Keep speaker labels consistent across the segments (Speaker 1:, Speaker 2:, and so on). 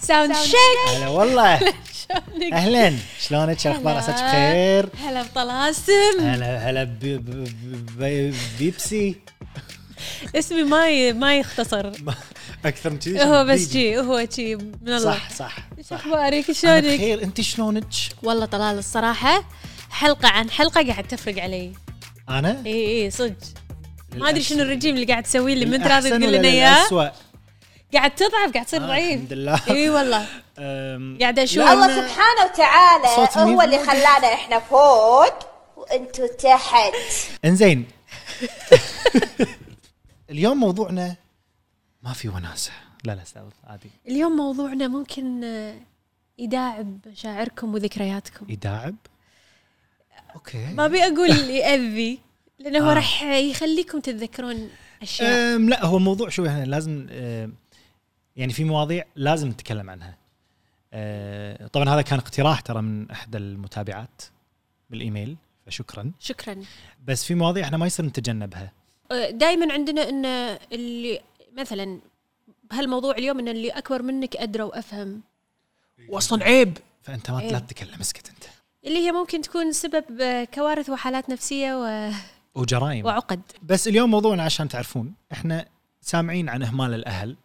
Speaker 1: ساوند شيك
Speaker 2: هلا والله
Speaker 1: شلونك؟
Speaker 2: اهلا شلونك شو الاخبار عساك بخير
Speaker 1: هلا بطلاسم
Speaker 2: هلا هلا ب- ب- ب- ب- بيبسي
Speaker 1: اسمي ما ي- ما يختصر
Speaker 2: ما- اكثر من كذي
Speaker 1: هو بس
Speaker 2: بيجي.
Speaker 1: جي هو جي من الله
Speaker 2: صح صح
Speaker 1: شو
Speaker 2: صح
Speaker 1: اخبارك
Speaker 2: أنا
Speaker 1: شلونك؟
Speaker 2: بخير انت شلونك
Speaker 1: والله طلال الصراحه حلقه عن حلقه قاعد تفرق علي
Speaker 2: انا
Speaker 1: اي اي صدق ما ادري
Speaker 2: للأحسن-
Speaker 1: شنو الرجيم اللي قاعد تسويه اللي من راضي
Speaker 2: للأحسن
Speaker 1: تقول
Speaker 2: ولا
Speaker 1: لنا اياه
Speaker 2: للأسوأ؟
Speaker 1: قاعد تضعف قاعد تصير
Speaker 2: آه،
Speaker 1: ضعيف
Speaker 2: الحمد لله
Speaker 1: اي والله
Speaker 2: أم،
Speaker 1: قاعدة أشوف.
Speaker 2: لأن-
Speaker 3: الله سبحانه وتعالى
Speaker 2: صوت مين؟
Speaker 3: هو اللي خلانا احنا فوق وانتو تحت
Speaker 2: انزين اليوم موضوعنا ما في وناسه لا لا استعوذ عادي
Speaker 1: اليوم موضوعنا ممكن آه، يداعب مشاعركم وذكرياتكم
Speaker 2: يداعب اوكي
Speaker 1: ما ابي اقول ياذي لانه هو
Speaker 2: آه.
Speaker 1: راح يخليكم تتذكرون اشياء
Speaker 2: أم لا هو موضوع شوي احنا لازم أم، يعني في مواضيع لازم نتكلم عنها أه، طبعا هذا كان اقتراح ترى من احدى المتابعات بالايميل فشكرا
Speaker 1: شكرا
Speaker 2: بس في مواضيع احنا ما يصير نتجنبها
Speaker 1: دائما عندنا ان اللي مثلا بهالموضوع اليوم ان اللي اكبر منك ادرى وافهم
Speaker 2: واصلا عيب فانت ما
Speaker 1: عيب.
Speaker 2: لا تتكلم اسكت انت
Speaker 1: اللي هي ممكن تكون سبب آه، كوارث وحالات نفسيه و...
Speaker 2: وجرائم
Speaker 1: وعقد
Speaker 2: بس اليوم موضوعنا عشان تعرفون احنا سامعين عن اهمال الاهل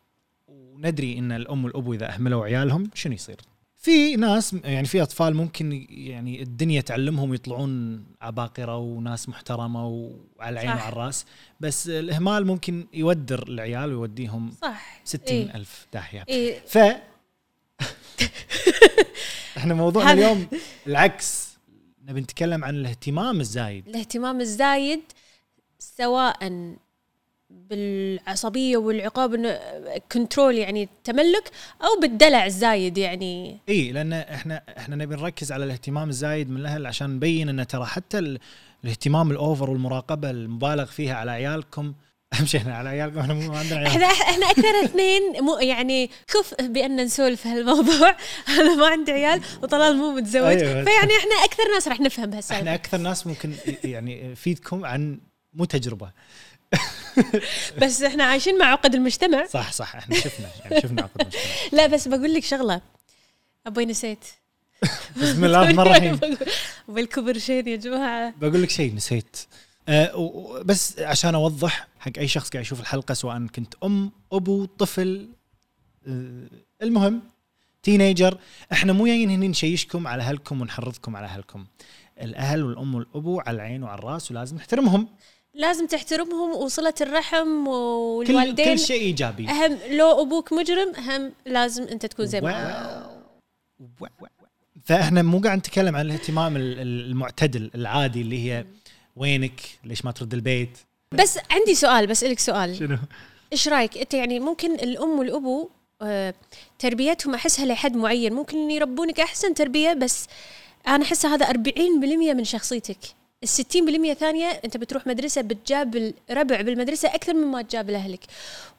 Speaker 2: وندري ان الام والابو اذا اهملوا عيالهم شنو يصير؟ في ناس يعني في اطفال ممكن يعني الدنيا تعلمهم يطلعون عباقره وناس محترمه وعلى العين
Speaker 1: صح.
Speaker 2: وعلى الراس بس الاهمال ممكن يودر العيال ويوديهم
Speaker 1: صح
Speaker 2: 60
Speaker 1: إيه.
Speaker 2: الف داهيه
Speaker 1: إيه.
Speaker 2: ف احنا موضوعنا
Speaker 1: هذا-
Speaker 2: اليوم العكس نبي نتكلم عن الاهتمام الزايد
Speaker 1: الاهتمام الزايد سواء بالعصبيه والعقاب إنه كنترول يعني التملك او بالدلع الزايد يعني
Speaker 2: اي لان احنا احنا نبي نركز على الاهتمام الزايد من الاهل عشان نبين ان ترى حتى ال- الاهتمام الاوفر والمراقبه المبالغ فيها على عيالكم اهم شيء احنا على عيالكم احنا مو ما عندنا عيال
Speaker 1: احنا احنا اكثر اثنين مو يعني كف بان نسولف هالموضوع انا ما عندي عيال وطلال مو متزوج
Speaker 2: أيوة.
Speaker 1: فيعني احنا اكثر ناس راح نفهم
Speaker 2: احنا
Speaker 1: هالسالفه
Speaker 2: اكثر ناس ممكن ي- يعني فيدكم عن مو تجربه
Speaker 1: بس احنا عايشين مع عقد المجتمع
Speaker 2: صح صح احنا شفنا يعني شفنا عقد المجتمع.
Speaker 1: لا بس بقول لك شغله ابوي نسيت
Speaker 2: بسم الله الرحمن الرحيم
Speaker 1: بالكبر شين يا جماعه
Speaker 2: بقول لك شيء نسيت أه و- و- بس عشان اوضح حق اي شخص قاعد يشوف الحلقه سواء كنت ام ابو طفل أه المهم تينيجر احنا مو جايين هنا نشيشكم على اهلكم ونحرضكم على اهلكم الاهل والام والابو على العين وعلى الراس ولازم نحترمهم
Speaker 1: لازم تحترمهم وصله الرحم
Speaker 2: كل,
Speaker 1: والوالدين
Speaker 2: كل شيء ايجابي
Speaker 1: اهم لو ابوك مجرم هم لازم انت تكون زي ما
Speaker 2: واو. واو. فاحنا مو قاعد نتكلم عن الاهتمام ال- ال- المعتدل العادي اللي هي وينك ليش ما ترد البيت
Speaker 1: بس عندي سؤال بسالك سؤال
Speaker 2: شنو
Speaker 1: ايش رايك انت يعني ممكن الام والابو آه، تربيتهم احسها لحد معين ممكن يربونك احسن تربيه بس انا احس هذا 40% من شخصيتك ال 60% ثانيه انت بتروح مدرسه بتجاب الربع بالمدرسه اكثر مما تجاب لاهلك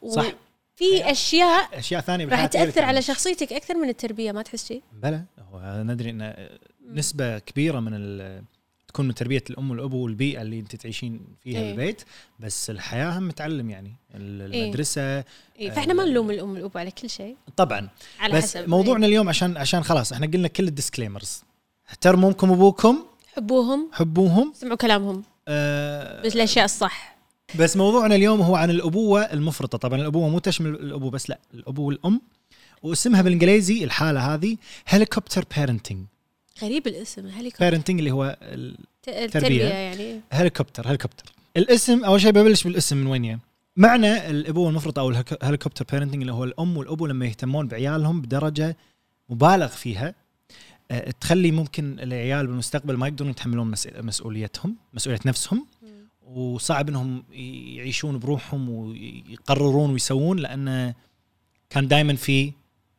Speaker 2: صح. أيوة.
Speaker 1: في اشياء
Speaker 2: اشياء ثانيه
Speaker 1: راح
Speaker 2: بالحياة غير
Speaker 1: تاثر على
Speaker 2: التعليم.
Speaker 1: شخصيتك اكثر من التربيه ما تحس شيء
Speaker 2: بلى هو ندري ان نسبه كبيره من ال- تكون من تربيه الام والابو والبيئه اللي انت تعيشين فيها
Speaker 1: إيه.
Speaker 2: إيه؟ البيت بس الحياه هم متعلم يعني ال-
Speaker 1: إيه.
Speaker 2: المدرسه إيه؟
Speaker 1: إيه، فاحنا ما نلوم الام والابو على كل شيء
Speaker 2: طبعا
Speaker 1: على
Speaker 2: بس
Speaker 1: حسب يعني إيه.
Speaker 2: موضوعنا اليوم عشان عشان خلاص احنا قلنا كل الديسكليمرز احترموا امكم وابوكم
Speaker 1: إيه، حبوهم
Speaker 2: حبوهم
Speaker 1: سمعوا كلامهم
Speaker 2: آه
Speaker 1: بالاشياء الصح
Speaker 2: بس موضوعنا اليوم هو عن الابوه المفرطه طبعا الابوه مو تشمل الابو بس لا الابو والام واسمها بالانجليزي الحاله هذه هليكوبتر بيرنتنج
Speaker 1: غريب الاسم هليكوبتر
Speaker 2: بيرنتنج اللي هو ال-
Speaker 1: التربيه
Speaker 2: إيه،
Speaker 1: يعني
Speaker 2: هليكوبتر هليكوبتر الاسم اول شيء ببلش بالاسم من وين جاي. معنى الابوه المفرطه او الهك- الهليكوبتر بيرنتنج اللي هو الام والابو لما يهتمون بعيالهم بدرجه مبالغ فيها أه، تخلي ممكن العيال بالمستقبل ما يقدرون يتحملون مس- مسؤوليتهم مسؤوليه نفسهم وصعب انهم ي- يعيشون بروحهم ويقررون ويسوون لان كان دائما في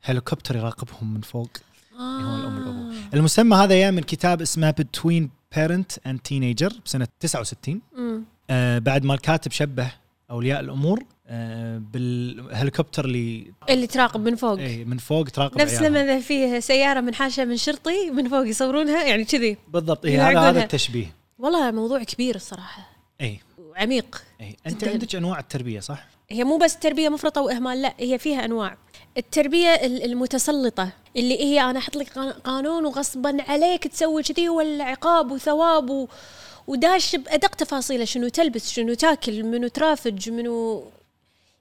Speaker 2: هليكوبتر يراقبهم من فوق اللي هو الام والابو
Speaker 1: آه.
Speaker 2: المسمى هذا جاء من كتاب اسمه بتوين بيرنت اند تينيجر بسنه 69
Speaker 1: امم
Speaker 2: آه، بعد ما الكاتب شبه اولياء الامور آه، بالهليكوبتر اللي
Speaker 1: اللي تراقب من فوق
Speaker 2: اي من فوق تراقب
Speaker 1: نفس
Speaker 2: إيه، عيالها.
Speaker 1: لما إذا فيه سياره منحاشه من شرطي من فوق يصورونها يعني كذي
Speaker 2: بالضبط إيه
Speaker 1: يلعقونها.
Speaker 2: هذا هذا التشبيه
Speaker 1: والله موضوع كبير الصراحه
Speaker 2: اي
Speaker 1: عميق
Speaker 2: اي انت
Speaker 1: جداً.
Speaker 2: إيه. عندك انواع التربيه صح؟
Speaker 1: هي مو بس تربية مفرطة وإهمال لا هي فيها أنواع التربية ال- المتسلطة اللي هي أنا أحط لك قان- قانون وغصبا عليك تسوي كذي ولا عقاب وثواب و... وداش بأدق تفاصيله شنو تلبس شنو تاكل منو ترافج منو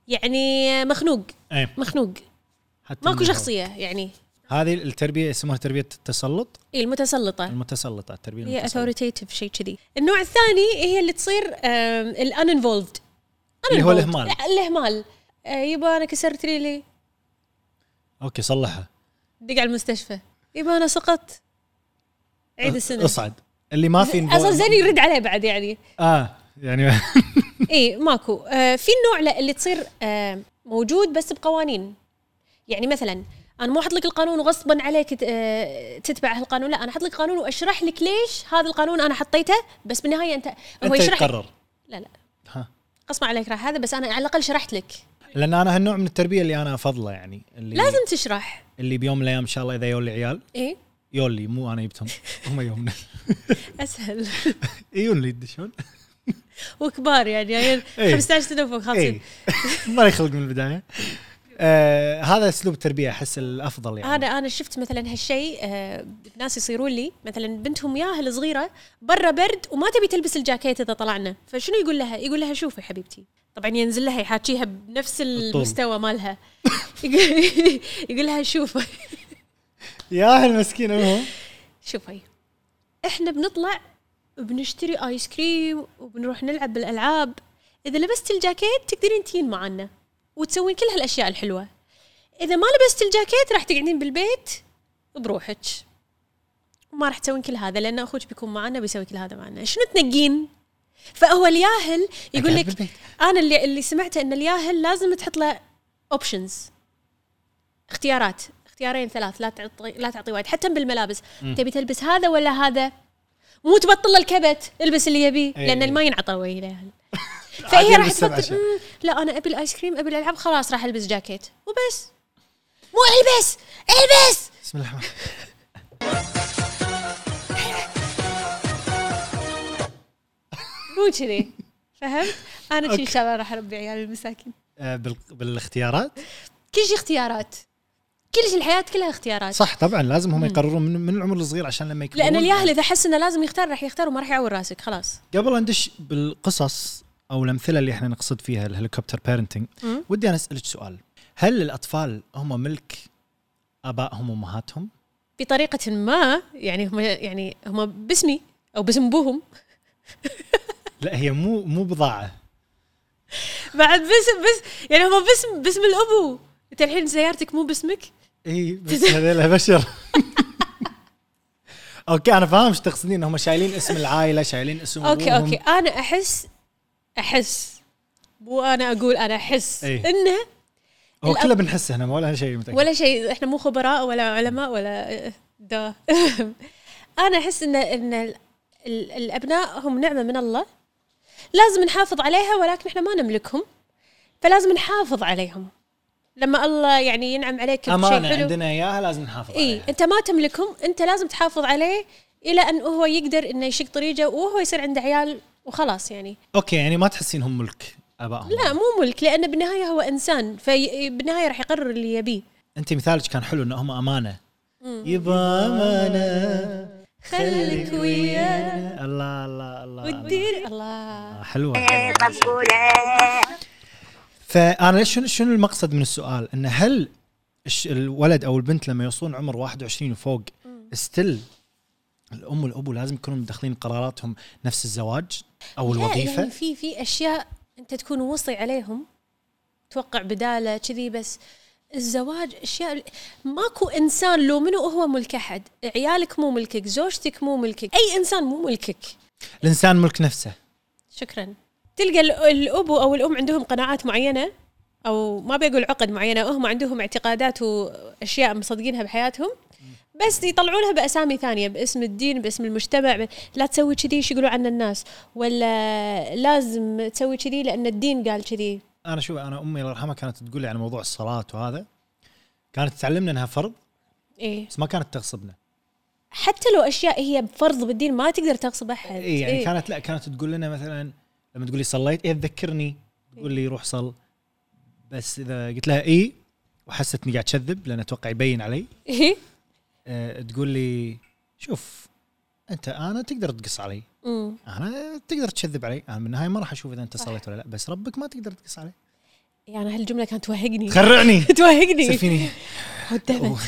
Speaker 1: يعني مخنوق
Speaker 2: اي
Speaker 1: مخنوق
Speaker 2: إيه. حتى
Speaker 1: ماكو
Speaker 2: النظام.
Speaker 1: شخصية يعني
Speaker 2: هذه التربيه اسمها تربيه التسلط
Speaker 1: إيه المتسلطة
Speaker 2: المتسلطه التربيه
Speaker 1: هي
Speaker 2: المتسلطه
Speaker 1: اثوريتيف شيء كذي النوع الثاني هي اللي تصير الان انفولد
Speaker 2: اللي هو الإهمال.
Speaker 1: الاهمال آه، يبا انا كسرت ريلي
Speaker 2: اوكي صلحها
Speaker 1: دق على المستشفى يبا انا سقطت عيد السنه
Speaker 2: اصعد اللي ما في
Speaker 1: اصلا زين يرد عليه بعد يعني
Speaker 2: اه يعني
Speaker 1: اي ماكو آه في النوع لا اللي تصير آه موجود بس بقوانين يعني مثلا انا مو احط لك القانون وغصبا عليك ت- آه، تتبع هالقانون لا انا احط لك قانون واشرح لك ليش هذا القانون انا حطيته بس بالنهايه انت هو
Speaker 2: انت
Speaker 1: يشرح لك
Speaker 2: تقرر
Speaker 1: لا لا
Speaker 2: ها
Speaker 1: قسم عليك راح هذا بس انا على الاقل شرحت لك
Speaker 2: لان انا هالنوع من التربيه اللي انا افضله يعني اللي
Speaker 1: لازم تشرح
Speaker 2: اللي بيوم من الايام ان شاء الله اذا يولي عيال
Speaker 1: ايه
Speaker 2: يولي مو انا جبتهم هم يومنا
Speaker 1: اسهل
Speaker 2: يجون لي يدشون
Speaker 1: وكبار يعني يعني
Speaker 2: إيه.
Speaker 1: 15 سنه وفوق
Speaker 2: اي
Speaker 1: خالصين
Speaker 2: إيه. ما يخلق من البدايه آه هذا اسلوب تربيه احس الافضل يعني
Speaker 1: انا انا شفت مثلا هالشيء آه، ناس يصيرون لي مثلا بنتهم ياهل صغيره برا برد وما تبي تلبس الجاكيت اذا طلعنا فشنو يقول لها يقول لها شوفي حبيبتي طبعا ينزل لها يحاكيها بنفس المستوى مالها يقول- يقول لها شوفي
Speaker 2: يا المسكين المهم
Speaker 1: شوفي احنا بنطلع بنشتري ايس كريم وبنروح نلعب بالالعاب اذا لبست الجاكيت تقدرين تجين معنا وتسوين كل هالاشياء الحلوه اذا ما لبست الجاكيت راح تقعدين بالبيت بروحك وما راح تسوين كل هذا لان اخوك بيكون معنا بيسوي كل هذا معنا شنو تنقين فهو الياهل يقول
Speaker 2: أقعد
Speaker 1: لك
Speaker 2: بالبيت.
Speaker 1: انا اللي اللي سمعته ان الياهل لازم تحط له اوبشنز اختيارات اختيارين ثلاث لا تعطي لا تعطي وايد حتى بالملابس تبي تلبس هذا ولا هذا مو تبطل له الكبت البس اللي يبيه
Speaker 2: إي.
Speaker 1: لان ما ينعطى وياه
Speaker 2: إيه. عادي
Speaker 1: فهي راح
Speaker 2: يلبس سبع
Speaker 1: تبطل
Speaker 2: أشياء.
Speaker 1: "مم، لا انا ابي الايس كريم ابي الالعاب خلاص راح البس جاكيت وبس مو البس البس
Speaker 2: بسم الله الرحمن الرحيم.
Speaker 1: مو كذي فهمت؟ انا شي ان شاء الله راح اربي عيال المساكين
Speaker 2: آه بال- بالاختيارات
Speaker 1: كل شيء اختيارات كل شيء الحياه كلها اختيارات
Speaker 2: صح طبعا لازم هم يقررون من, من العمر الصغير عشان لما يكبرون
Speaker 1: لان الياهل اذا حس انه لازم يختار راح يختار وما راح يعور راسك خلاص
Speaker 2: قبل أن ندش بالقصص او الامثله اللي احنا نقصد فيها الهليكوبتر بيرنتنج
Speaker 1: مم.
Speaker 2: ودي انا اسالك سؤال هل الاطفال هم ملك ابائهم وامهاتهم؟
Speaker 1: بطريقه ما يعني هم يعني هم باسمي او باسم ابوهم
Speaker 2: لا هي مو مو بضاعه
Speaker 1: بعد باسم بس يعني هم باسم باسم الابو انت الحين سيارتك مو باسمك
Speaker 2: اي بس هذيلا بشر اوكي انا فاهم ايش تقصدين هم شايلين اسم العائله شايلين اسم
Speaker 1: اوكي
Speaker 2: أبوهم.
Speaker 1: اوكي انا احس احس مو انا اقول انا احس
Speaker 2: إيه.
Speaker 1: انه
Speaker 2: هو
Speaker 1: الأب-
Speaker 2: كله بنحس هنا ولا شيء متاكد
Speaker 1: ولا شيء احنا مو خبراء ولا علماء ولا إيه، دا انا احس ان ان ال- ال- الابناء هم نعمه من الله لازم نحافظ عليها ولكن احنا ما نملكهم فلازم نحافظ عليهم لما الله يعني ينعم عليك بشيء
Speaker 2: امانه
Speaker 1: حلو
Speaker 2: عندنا اياها لازم نحافظ
Speaker 1: اي
Speaker 2: عليها
Speaker 1: انت ما تملكهم انت لازم تحافظ عليه الى ان هو يقدر انه يشق طريقه وهو يصير عنده عيال وخلاص يعني
Speaker 2: اوكي يعني ما تحسين هم ملك ابائهم
Speaker 1: لا مو ملك لانه بالنهايه هو انسان فبالنهايه راح يقرر اللي يبيه
Speaker 2: انت مثالك كان حلو ان هم امانه يبا امانه
Speaker 1: خليك ويانا
Speaker 2: الله الله الله
Speaker 1: والدير الله
Speaker 2: الله. حلوه فانا ليش شنو شنو المقصد من السؤال انه هل الش- الولد او البنت لما يوصلون عمر 21 وفوق ستيل الام والابو لازم يكونوا مدخلين قراراتهم نفس الزواج او
Speaker 1: لا،
Speaker 2: الوظيفه
Speaker 1: يعني في في اشياء انت تكون وصي عليهم توقع بداله كذي بس الزواج اشياء ماكو انسان لو منو هو ملك احد عيالك مو ملكك زوجتك مو ملكك اي انسان مو ملكك
Speaker 2: الانسان ملك نفسه
Speaker 1: شكرا تلقى ال- الاب او الام عندهم قناعات معينه او ما بيقول عقد معينه هم عندهم اعتقادات واشياء مصدقينها بحياتهم بس يطلعونها باسامي ثانيه باسم الدين باسم المجتمع ب- لا تسوي كذي ايش يقولوا عنا الناس ولا لازم تسوي كذي لان الدين قال كذي
Speaker 2: انا شوف انا امي الله يرحمها كانت تقول لي عن موضوع الصلاه وهذا كانت تعلمنا انها فرض
Speaker 1: ايه
Speaker 2: بس ما كانت تغصبنا
Speaker 1: حتى لو اشياء هي فرض بالدين ما تقدر إيه. تغصب احد
Speaker 2: إيه، يعني اي يعني كانت لا كانت تقول لنا مثلا لما تقول لي صليت ايه تذكرني تقول
Speaker 1: إيه.
Speaker 2: لي روح صل بس اذا قلت لها اي وحست اني قاعد اكذب لان اتوقع يبين علي
Speaker 1: إيه.
Speaker 2: أه تقول لي شوف انت انا تقدر تقص علي
Speaker 1: مم.
Speaker 2: انا تقدر تكذب علي انا بالنهايه ما راح اشوف اذا انت صليت ولا لا بس ربك ما تقدر تقص علي
Speaker 1: يعني هالجمله كانت توهقني
Speaker 2: خرعني
Speaker 1: توهقني
Speaker 2: سفيني
Speaker 1: ودعمت.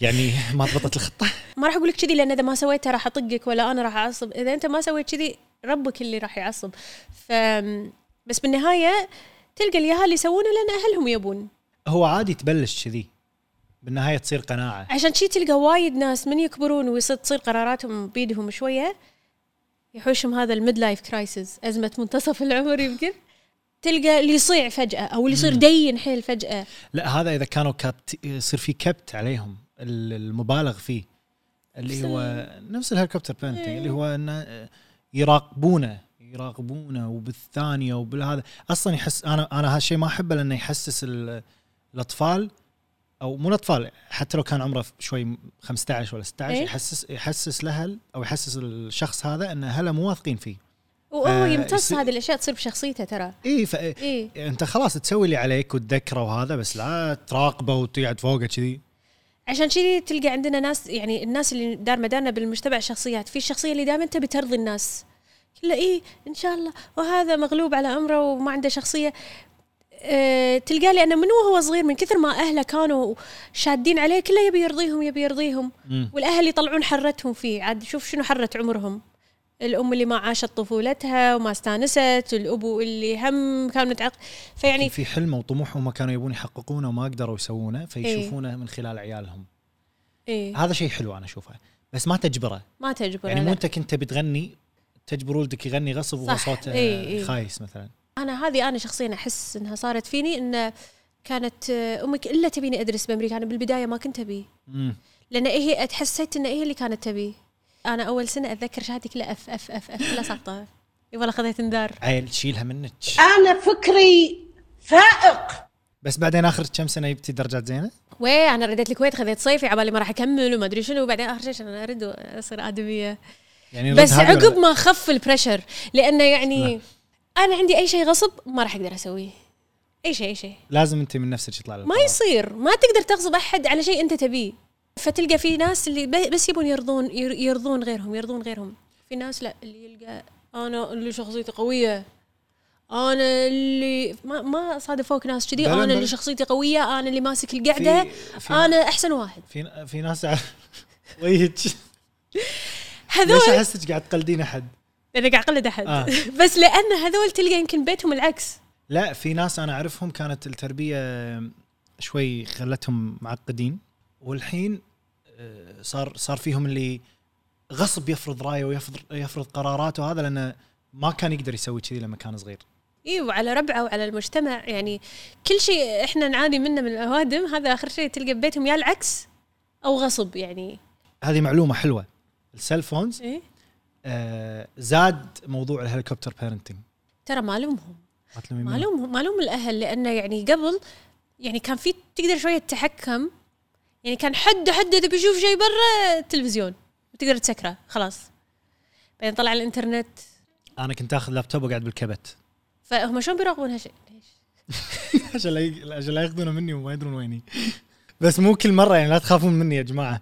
Speaker 2: يعني ما ضبطت الخطه
Speaker 1: ما راح اقول لك كذي لان اذا ما سويتها راح اطقك ولا انا راح اعصب اذا انت ما سويت كذي ربك اللي راح يعصب ف بس بالنهايه تلقى اليهال يسوونه لان اهلهم يبون
Speaker 2: هو عادي تبلش كذي بالنهايه تصير قناعه
Speaker 1: عشان شي تلقى وايد ناس من يكبرون ويصير تصير قراراتهم بيدهم شويه يحوشهم هذا الميد لايف كرايسيس ازمه منتصف العمر يمكن تلقى اللي يصيع فجاه او اللي يصير دين حيل فجاه
Speaker 2: لا هذا اذا كانوا كابت يصير في كبت عليهم ال- المبالغ فيه اللي هو نفس الهليكوبتر بيرنتنج اللي هو انه يراقبونه يراقبونه وبالثانيه وبالهذا اصلا يحس انا انا هالشيء ما احبه لانه يحسس ال- الاطفال او مو الاطفال حتى لو كان عمره شوي 15 ولا 16
Speaker 1: إيه.
Speaker 2: يحسس يحسس الاهل او يحسس الشخص هذا ان اهله مو واثقين فيه
Speaker 1: وهو
Speaker 2: آه،
Speaker 1: يمتص
Speaker 2: يصير-
Speaker 1: هذه الاشياء تصير بشخصيته ترى إيه.
Speaker 2: اي إيه، ف
Speaker 1: اي
Speaker 2: انت خلاص تسوي اللي عليك وتذكره وهذا بس لا تراقبه وتقعد فوقه كذي
Speaker 1: عشان كذي تلقى عندنا ناس يعني الناس اللي دار مدارنا بالمجتمع شخصيات في الشخصيه اللي دائما تبي ترضي الناس كله ايه ان شاء الله وهذا مغلوب على امره وما عنده شخصيه أه تلقاه لانه من وهو صغير من كثر ما اهله كانوا شادين عليه كله يبي يرضيهم يبي يرضيهم
Speaker 2: مم.
Speaker 1: والاهل يطلعون حرتهم فيه عاد شوف شنو حره عمرهم الام اللي ما عاشت طفولتها وما استانست الابو اللي هم كان متعق فيعني
Speaker 2: يعني في حلم وطموح هم كانوا يبون يحققونه وما قدروا يسوونه فيشوفونه من خلال عيالهم
Speaker 1: إيه
Speaker 2: هذا شيء حلو انا اشوفه بس ما تجبره
Speaker 1: ما تجبره
Speaker 2: يعني
Speaker 1: لا.
Speaker 2: مو انت كنت بتغني تجبر ولدك يغني غصب
Speaker 1: صح. إيه،
Speaker 2: وهو صوته
Speaker 1: إي، إي.
Speaker 2: خايس مثلا
Speaker 1: انا هذه انا شخصيا احس انها صارت فيني انه كانت آه، امك الا تبيني ادرس بامريكا انا بالبدايه ما كنت ابي
Speaker 2: مم.
Speaker 1: لان هي اتحسيت ان هي اللي كانت تبي انا اول سنه اتذكر شهادتي كلها اف اف اف اف كلها ساقطه اي والله خذيت انذار
Speaker 2: عيل شيلها منك
Speaker 3: أنا فكري فائق
Speaker 2: بس بعدين اخر كم سنه جبتي درجات زينه
Speaker 1: وي انا رديت الكويت خذيت صيفي على بالي ما راح اكمل وما ادري شنو وبعدين اخر شيء عشان ارد واصير ادميه
Speaker 2: يعني
Speaker 1: بس
Speaker 2: رد هذه ولا
Speaker 1: عقب
Speaker 2: لا؟
Speaker 1: ما خف البريشر لانه يعني انا عندي اي شيء غصب ما راح اقدر اسويه اي شيء اي شيء
Speaker 2: لازم انت من نفسك يطلع لك
Speaker 1: ما يصير ما تقدر تغصب احد على شيء انت تبيه فتلقى في ناس اللي ب- بس يبون يرضون ير- يرضون غيرهم يرضون غيرهم في ناس لا اللي يلقى انا اللي شخصيتي قويه انا اللي ما ما صادفوك ناس كذي
Speaker 2: بلا-
Speaker 1: انا
Speaker 2: بلا.
Speaker 1: اللي شخصيتي قويه انا اللي ماسك القعده
Speaker 2: في-
Speaker 1: انا احسن واحد
Speaker 2: في في ناس ع- ويهج ليش
Speaker 1: هذول
Speaker 2: احسك قاعد تقلدين احد؟
Speaker 1: انا قاعد اقلد احد
Speaker 2: آه.
Speaker 1: بس لان هذول تلقى يمكن بيتهم العكس
Speaker 2: لا في ناس انا اعرفهم كانت التربيه شوي خلتهم معقدين والحين آه، صار صار فيهم اللي غصب يفرض رايه ويفرض يفرض قراراته هذا لانه ما كان يقدر يسوي كذي لما كان صغير
Speaker 1: اي وعلى إيوه، ربعه وعلى المجتمع يعني كل شيء احنا نعاني منه من الاوادم هذا اخر شيء تلقى ببيتهم يا العكس او غصب يعني
Speaker 2: هذه معلومه حلوه السيل فونز
Speaker 1: إيه؟
Speaker 2: آه، زاد موضوع الهليكوبتر بيرنتنج
Speaker 1: ترى ما لومهم
Speaker 2: ما تلومي
Speaker 1: ما
Speaker 2: منه.
Speaker 1: لومهم ما لوم الاهل لانه يعني قبل يعني كان في تقدر شويه تحكم يعني كان حد حد اذا بيشوف شيء برا التلفزيون تقدر تسكره خلاص بعدين طلع الانترنت
Speaker 2: انا كنت اخذ لابتوب وقاعد بالكبت
Speaker 1: فهم شلون بيراقبون هالشيء؟ ليش؟
Speaker 2: عشان لا ي- عشان لا ياخذونه مني وما يدرون ويني بس مو كل مره يعني لا تخافون مني يا جماعه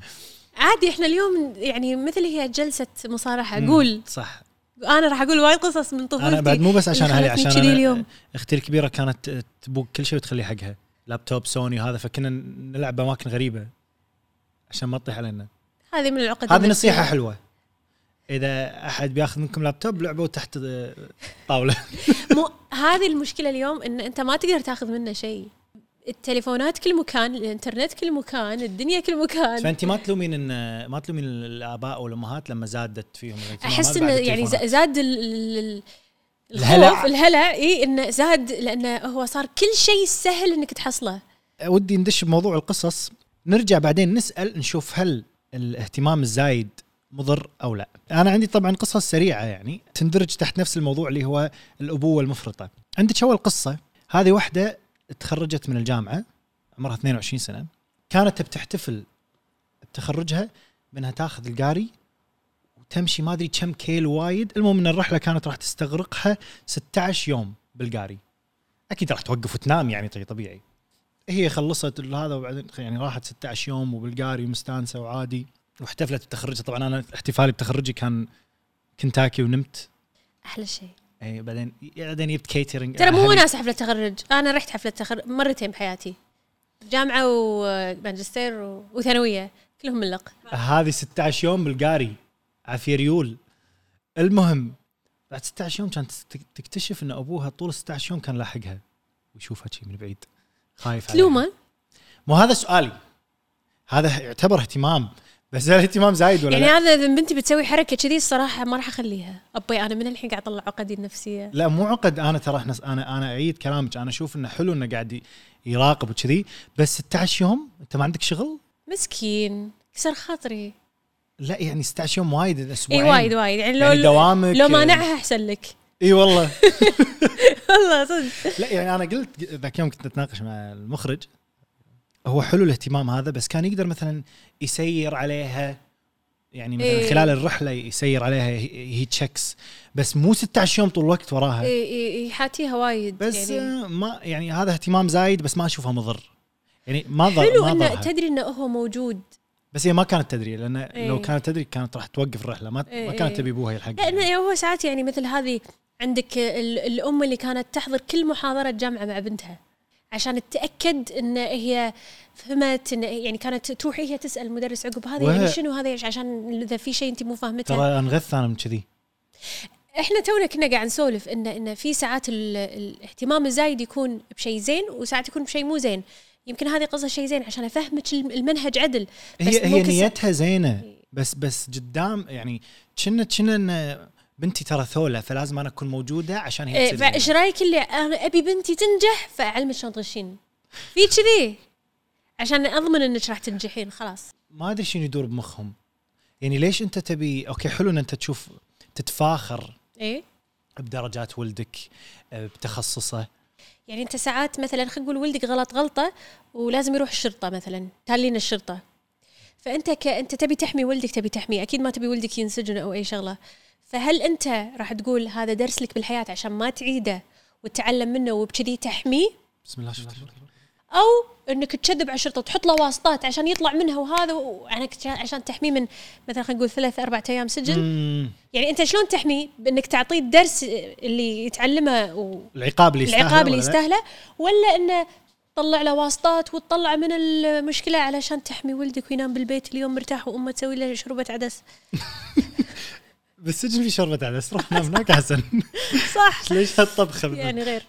Speaker 1: عادي احنا اليوم يعني مثل هي جلسه مصارحه قول
Speaker 2: صح
Speaker 1: انا راح اقول وايد قصص من طفولتي
Speaker 2: انا بعد مو بس عشان
Speaker 1: اللي
Speaker 2: اهلي
Speaker 1: خلتني
Speaker 2: عشان
Speaker 1: كذي
Speaker 2: أنا
Speaker 1: اليوم
Speaker 2: اختي الكبيره كانت تبوق كل شيء وتخليه حقها لابتوب سوني هذا فكنا نلعب باماكن غريبه عشان ما تطيح علينا
Speaker 1: هذه من العقد
Speaker 2: هذه
Speaker 1: النفسية.
Speaker 2: نصيحه حلوه اذا احد بياخذ منكم لابتوب لعبوا تحت آه، طاوله
Speaker 1: مو هذه المشكله اليوم ان انت ما تقدر تاخذ منه شيء التليفونات كل مكان الانترنت كل مكان الدنيا كل مكان
Speaker 2: فانت ما تلومين ان ما تلومين الاباء والامهات لما زادت فيهم الاهتمامات
Speaker 1: احس انه
Speaker 2: بعد
Speaker 1: يعني ز-
Speaker 2: التليفونات.
Speaker 1: زاد ال- ال- ال-
Speaker 2: الهلع.
Speaker 1: الخوف الهلع اي انه زاد لانه هو صار كل شيء سهل انك تحصله
Speaker 2: ودي ندش بموضوع القصص نرجع بعدين نسال نشوف هل الاهتمام الزايد مضر او لا انا عندي طبعا قصص سريعه يعني تندرج تحت نفس الموضوع اللي هو الابوه المفرطه عندك اول قصه هذه واحده تخرجت من الجامعه عمرها 22 سنه كانت بتحتفل بتخرجها بانها تاخذ القاري وتمشي ما ادري كم كيل وايد المهم ان الرحله كانت راح تستغرقها 16 يوم بالقاري اكيد راح توقف وتنام يعني طي- طبيعي هي خلصت هذا وبعدين يعني راحت 16 يوم وبالقاري مستانسه وعادي واحتفلت بتخرجها طبعا انا احتفالي بتخرجي كان كنتاكي ونمت
Speaker 1: احلى شيء
Speaker 2: اي بعدين إيه، بعدين جبت كيترنج
Speaker 1: ترى مو وناس حفله تخرج انا رحت حفله تخرج مرتين بحياتي جامعه وماجستير و- وثانويه كلهم ملق
Speaker 2: هذه 16 يوم بالقاري عافية ريول المهم بعد 16 يوم كانت تك- تكتشف ان ابوها طول 16 يوم كان لاحقها ويشوفها شي من بعيد خايف عليها.
Speaker 1: تلومه
Speaker 2: مو هذا سؤالي هذا يعتبر اهتمام بس هل اهتمام زايد ولا
Speaker 1: يعني
Speaker 2: لا؟
Speaker 1: هذا اذا بنتي بتسوي حركه كذي الصراحه ما راح اخليها ابي انا من الحين قاعد اطلع عقدي النفسيه
Speaker 2: لا مو عقد انا ترى احنا انا انا اعيد كلامك انا اشوف انه حلو انه قاعد ي- يراقب وكذي بس 16 يوم انت ما عندك شغل؟
Speaker 1: مسكين كسر خاطري
Speaker 2: لا يعني 16 يوم وايد الاسبوع
Speaker 1: اي وايد وايد يعني لو
Speaker 2: يعني دوامك
Speaker 1: لو مانعها احسن لك
Speaker 2: اي والله
Speaker 1: والله صدق
Speaker 2: لا يعني انا قلت ذاك يوم كنت اتناقش مع المخرج هو حلو الاهتمام هذا بس كان يقدر مثلا يسير عليها يعني مثلا
Speaker 1: إيه.
Speaker 2: إيه. خلال الرحله يسير عليها هي تشيكس بس مو 16 يوم طول الوقت وراها إيه.
Speaker 1: اي اي يحاتيها وايد
Speaker 2: بس
Speaker 1: يعني
Speaker 2: يعني. ما يعني هذا اهتمام زايد بس ما اشوفها مضر يعني ما ضر
Speaker 1: حلو
Speaker 2: ما
Speaker 1: انه
Speaker 2: ضرها
Speaker 1: تدري انه هو موجود
Speaker 2: بس هي ما كانت تدري لان إيه.
Speaker 1: إيه.
Speaker 2: لو كانت تدري كانت راح توقف الرحله ما, إيه.
Speaker 1: إيه.
Speaker 2: ما كانت تبي ابوها يلحق
Speaker 1: لا إنه هو ساعات يعني مثل هذه عندك ال- الام اللي كانت تحضر كل محاضره جامعه مع بنتها عشان تتاكد ان هي فهمت ان يعني كانت تروح هي تسال المدرس عقب هذا
Speaker 2: وهي-
Speaker 1: يعني شنو هذا إيش؟ عشان اذا في شيء انت مو فاهمته
Speaker 2: ترى انغث انا من كذي
Speaker 1: احنا تونا كنا قاعد نسولف ان ان في ساعات ال- الاهتمام الزايد يكون بشيء زين وساعات يكون بشيء مو زين يمكن هذه قصة شيء زين عشان افهمك الم- المنهج عدل بس إيه.
Speaker 2: هي هي
Speaker 1: ممكن س-
Speaker 2: نيتها زينه بس بس قدام يعني كنا كنا ان بنتي ترى ثوله فلازم انا اكون موجوده عشان هي
Speaker 1: إيه،
Speaker 2: تصير
Speaker 1: فايش
Speaker 2: زينة.
Speaker 1: رايك اللي انا ابي بنتي تنجح فاعلمك شلون تغشين في كذي عشان اضمن انك راح تنجحين خلاص
Speaker 2: ما ادري شنو يدور بمخهم يعني ليش انت تبي اوكي حلو ان انت تشوف تتفاخر
Speaker 1: ايه
Speaker 2: بدرجات ولدك آه، بتخصصه
Speaker 1: يعني انت ساعات مثلا خلينا نقول ولدك غلط غلطه ولازم يروح الشرطه مثلا تالين الشرطه فانت ك... انت تبي تحمي ولدك تبي تحميه اكيد ما تبي ولدك ينسجن او اي شغله فهل انت راح تقول هذا درس لك بالحياه عشان ما تعيده وتتعلم منه وبكذي تحميه
Speaker 2: بسم الله شفت
Speaker 1: او انك تكذب على الشرطه تحط له واسطات عشان يطلع منها وهذا وعنك عشان تحميه من مثلا خلينا نقول ثلاث اربع ايام سجن
Speaker 2: مم،
Speaker 1: يعني انت شلون تحميه بانك تعطيه الدرس اللي يتعلمه و...
Speaker 2: العقاب اللي يستاهله
Speaker 1: العقاب اللي
Speaker 2: ولا لا؟
Speaker 1: يستاهله ولا انه تطلع له واسطات وتطلعه من المشكله علشان تحمي ولدك وينام بالبيت اليوم مرتاح وامه تسوي له شربه عدس
Speaker 2: بالسجن في شربة عدس روح نام هناك احسن
Speaker 1: صح
Speaker 2: ليش هالطبخه
Speaker 1: يعني غير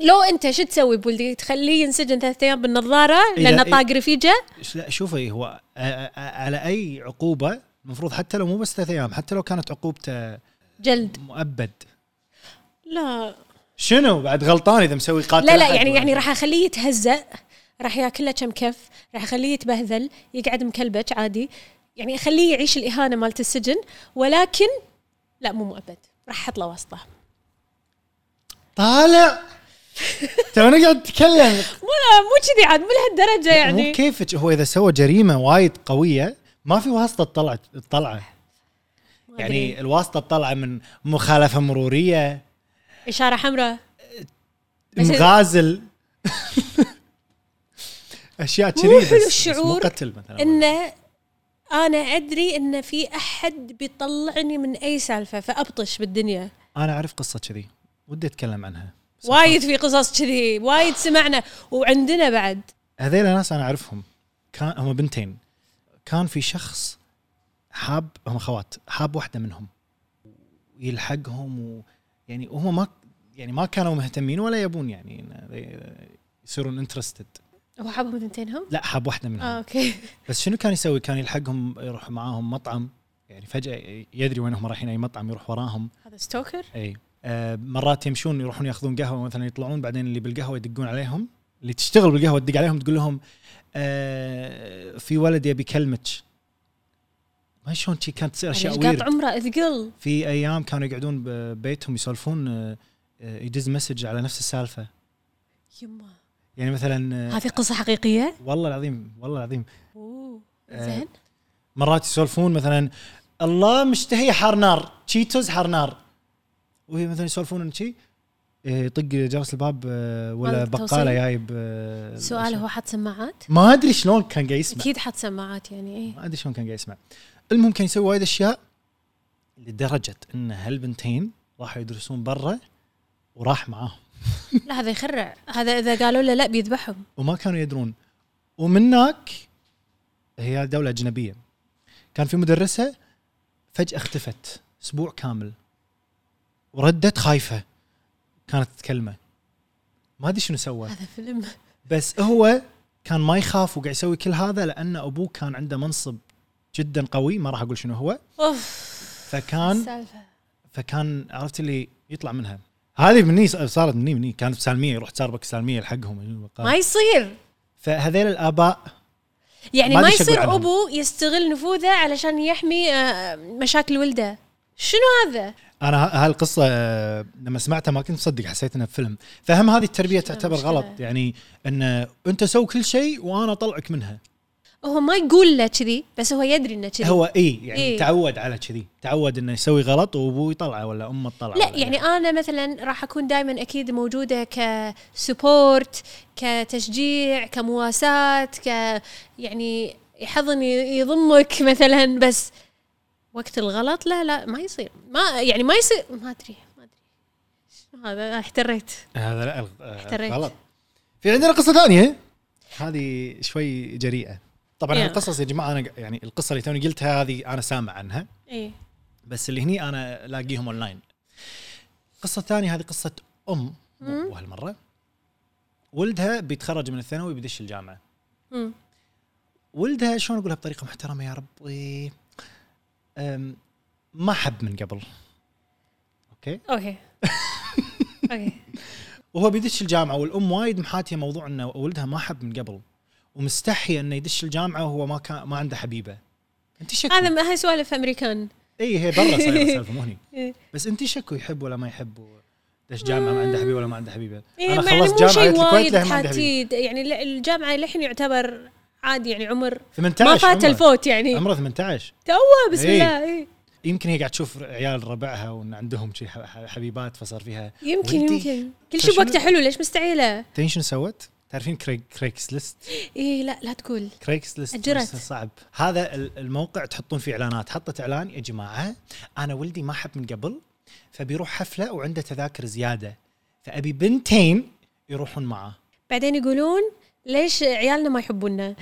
Speaker 1: لو انت شو تسوي بولدك تخليه ينسجن ثلاث ايام بالنظاره
Speaker 2: إيه،
Speaker 1: لانه
Speaker 2: إيه.
Speaker 1: طاق رفيجه
Speaker 2: لا شوفي هو آ- آ- على اي عقوبه المفروض حتى لو مو بس ثلاث ايام حتى لو كانت عقوبته
Speaker 1: جلد
Speaker 2: مؤبد
Speaker 1: لا
Speaker 2: شنو بعد غلطان اذا مسوي قاتل
Speaker 1: لا لا
Speaker 2: أحد
Speaker 1: يعني
Speaker 2: ولا
Speaker 1: يعني
Speaker 2: شيء.
Speaker 1: راح اخليه يتهزأ راح ياكل له كم كف راح اخليه يتبهذل يقعد مكلبج عادي يعني اخليه يعيش الاهانه مالت السجن ولكن لا مو مؤبد راح احط له واسطه
Speaker 2: طالع تونا قاعد نتكلم
Speaker 1: مو لا مو كذي عاد مو لهالدرجه
Speaker 2: يعني
Speaker 1: يعني
Speaker 2: مو كيفك هو اذا سوى جريمه وايد قويه ما في واسطه طلعت طلعه
Speaker 1: ما أدري.
Speaker 2: يعني الواسطه طلعه من مخالفه مروريه
Speaker 1: اشاره حمراء بس-
Speaker 2: مغازل اشياء كذي
Speaker 1: مو
Speaker 2: بس-
Speaker 1: حلو
Speaker 2: بس مو
Speaker 1: الشعور
Speaker 2: قتل مثلا
Speaker 1: انه انا ادري ان في احد بيطلعني من اي سالفه فابطش بالدنيا
Speaker 2: انا اعرف قصه كذي ودي اتكلم عنها بس
Speaker 1: وايد في قصص كذي وايد سمعنا وعندنا بعد
Speaker 2: هذيل ناس انا اعرفهم كان هم بنتين كان في شخص حاب هم خوات حاب واحده منهم يلحقهم و يعني وهم ما يعني ما كانوا مهتمين ولا يبون يعني إن they- يصيرون انترستد
Speaker 1: هو حابهم ثنتينهم
Speaker 2: لا حاب واحده منهم
Speaker 1: اه
Speaker 2: آه.
Speaker 1: اوكي
Speaker 2: بس شنو كان يسوي كان يلحقهم يروح معاهم مطعم يعني فجاه يدري وين هم رايحين اي مطعم يروح وراهم
Speaker 1: هذا ستوكر
Speaker 2: اي آه مرات يمشون يروحون ياخذون قهوه مثلا يطلعون بعدين اللي بالقهوه يدقون عليهم اللي تشتغل بالقهوه تدق عليهم تقول لهم آه في ولد يبي يكلمك ما شلون شي كانت تصير اشياء
Speaker 1: يعني إيش قاط
Speaker 2: ويرد
Speaker 1: عمره اثقل
Speaker 2: في ايام كانوا يقعدون ببيتهم يسولفون آه آه، يدز مسج على نفس السالفه
Speaker 1: يما
Speaker 2: يعني مثلا آه
Speaker 1: هذه قصه حقيقيه
Speaker 2: والله العظيم والله العظيم
Speaker 1: اوه
Speaker 2: آه،
Speaker 1: زين
Speaker 2: مرات يسولفون مثلا الله مشتهي حار نار تشيتوز حار نار وهي مثلا يسولفون شي إيه، يطق جرس الباب آه، ولا
Speaker 1: مال
Speaker 2: بقاله
Speaker 1: التوصيل.
Speaker 2: جايب آه،
Speaker 1: سؤال هو حاط سماعات؟
Speaker 2: ما ادري شلون كان قاعد يسمع
Speaker 1: اكيد حاط سماعات يعني ايه
Speaker 2: ما ادري شلون كان قاعد يسمع المهم كان يسوي وايد اشياء لدرجه ان هالبنتين راحوا يدرسون برا وراح معاهم
Speaker 1: لا هذا يخرع هذا اذا قالوا له لا بيذبحهم
Speaker 2: وما كانوا يدرون ومن هناك هي دولة أجنبية كان في مدرسة فجأة اختفت أسبوع كامل وردت خايفة كانت تتكلمه ما أدري شنو سوى
Speaker 1: هذا فيلم
Speaker 2: بس هو كان ما يخاف وقاعد يسوي كل هذا لأن أبوه كان عنده منصب جدا قوي ما راح أقول شنو هو
Speaker 1: اوف
Speaker 2: فكان
Speaker 1: السالفه
Speaker 2: فكان عرفت اللي يطلع منها هذه مني صارت مني مني كانت بسالمية رحت ساربك سالمية لحقهم
Speaker 1: ما يصير
Speaker 2: فهذيل الآباء
Speaker 1: يعني
Speaker 2: ما
Speaker 1: ما
Speaker 2: أدري شو أقول
Speaker 1: يصير
Speaker 2: عنهم.
Speaker 1: ابو يستغل نفوذه علشان يحمي آه، مشاكل ولده شنو هذا؟
Speaker 2: انا ه- هالقصه آه، لما سمعتها ما كنت مصدق حسيت انها فيلم فهم هذه التربيه تعتبر
Speaker 1: مشكلة.
Speaker 2: غلط يعني ان انت سوي كل شيء وانا اطلعك منها
Speaker 1: هو ما يقول له كذي بس هو يدري انه كذي
Speaker 2: هو اي يعني
Speaker 1: إيه.
Speaker 2: إيه؟ تعود على كذي تعود انه يسوي غلط وابوه يطلعه ولا امه تطلعه
Speaker 1: لا
Speaker 2: ولا
Speaker 1: يعني انا مثلا راح اكون دائما اكيد موجوده كسبورت كتشجيع كمواساه ك يعني يحضن ي- يضمك مثلا بس وقت الغلط لا لا ما يصير ما يعني ما يصير ما ادري ما ادري شنو هذا أنا احتريت
Speaker 2: هذا لا الغ- آه،
Speaker 1: احتريت.
Speaker 2: غلط في عندنا قصه ثانيه هذه شوي جريئه طبعا
Speaker 1: يلا.
Speaker 2: القصص يا جماعه انا ق- يعني القصه اللي توني قلتها هذه انا سامع عنها
Speaker 1: اي
Speaker 2: بس اللي هني انا الاقيهم اونلاين القصه الثانيه هذه قصه ام مو أبو هالمره ولدها بيتخرج من الثانوي بيدش الجامعه
Speaker 1: أمم.
Speaker 2: ولدها شلون اقولها بطريقه محترمه يا ربي أم، ما حب من قبل اوكي
Speaker 1: اوكي اوكي
Speaker 2: وهو بيدش الجامعه والام وايد محاتيه موضوع انه ولدها ما حب من قبل ومستحي انه يدش الجامعه وهو ما كان ما عنده حبيبه انت شكو
Speaker 1: هذا ما هاي سوالف امريكان
Speaker 2: اي إيه، هي برا صايره سالفه مو هني
Speaker 1: إيه.
Speaker 2: بس انت شكو يحب ولا ما يحب دش جامعه ما عنده حبيبه ولا ما عنده حبيبه
Speaker 1: إيه،
Speaker 2: انا
Speaker 1: يعني
Speaker 2: خلصت
Speaker 1: مو
Speaker 2: جامعه
Speaker 1: شيء
Speaker 2: قلت الكويت
Speaker 1: وايد
Speaker 2: لها ما عندي حبيبه
Speaker 1: حاتي يعني ل- الجامعه للحين يعتبر عادي يعني عمر
Speaker 2: 18
Speaker 1: ما فات
Speaker 2: عمره.
Speaker 1: الفوت يعني
Speaker 2: عمره 18
Speaker 1: توه بسم
Speaker 2: إيه.
Speaker 1: الله إيه.
Speaker 2: يمكن هي قاعد تشوف عيال ربعها وان عندهم شي ح- ح- حبيبات فصار فيها
Speaker 1: يمكن
Speaker 2: وإنتي-
Speaker 1: يمكن كل شيء
Speaker 2: فشنو-
Speaker 1: بوقته حلو ليش مستعيله؟
Speaker 2: تدرين شنو سوت؟ تعرفين كريك كريكس ليست؟
Speaker 1: اي إيه، لا لا تقول
Speaker 2: كريكس ليست
Speaker 1: أجرت.
Speaker 2: صعب هذا ال- الموقع تحطون فيه اعلانات حطت اعلان يا جماعه انا ولدي ما حب من قبل فبيروح حفله وعنده تذاكر زياده فابي بنتين يروحون معاه
Speaker 1: بعدين يقولون ليش عيالنا ما يحبونا؟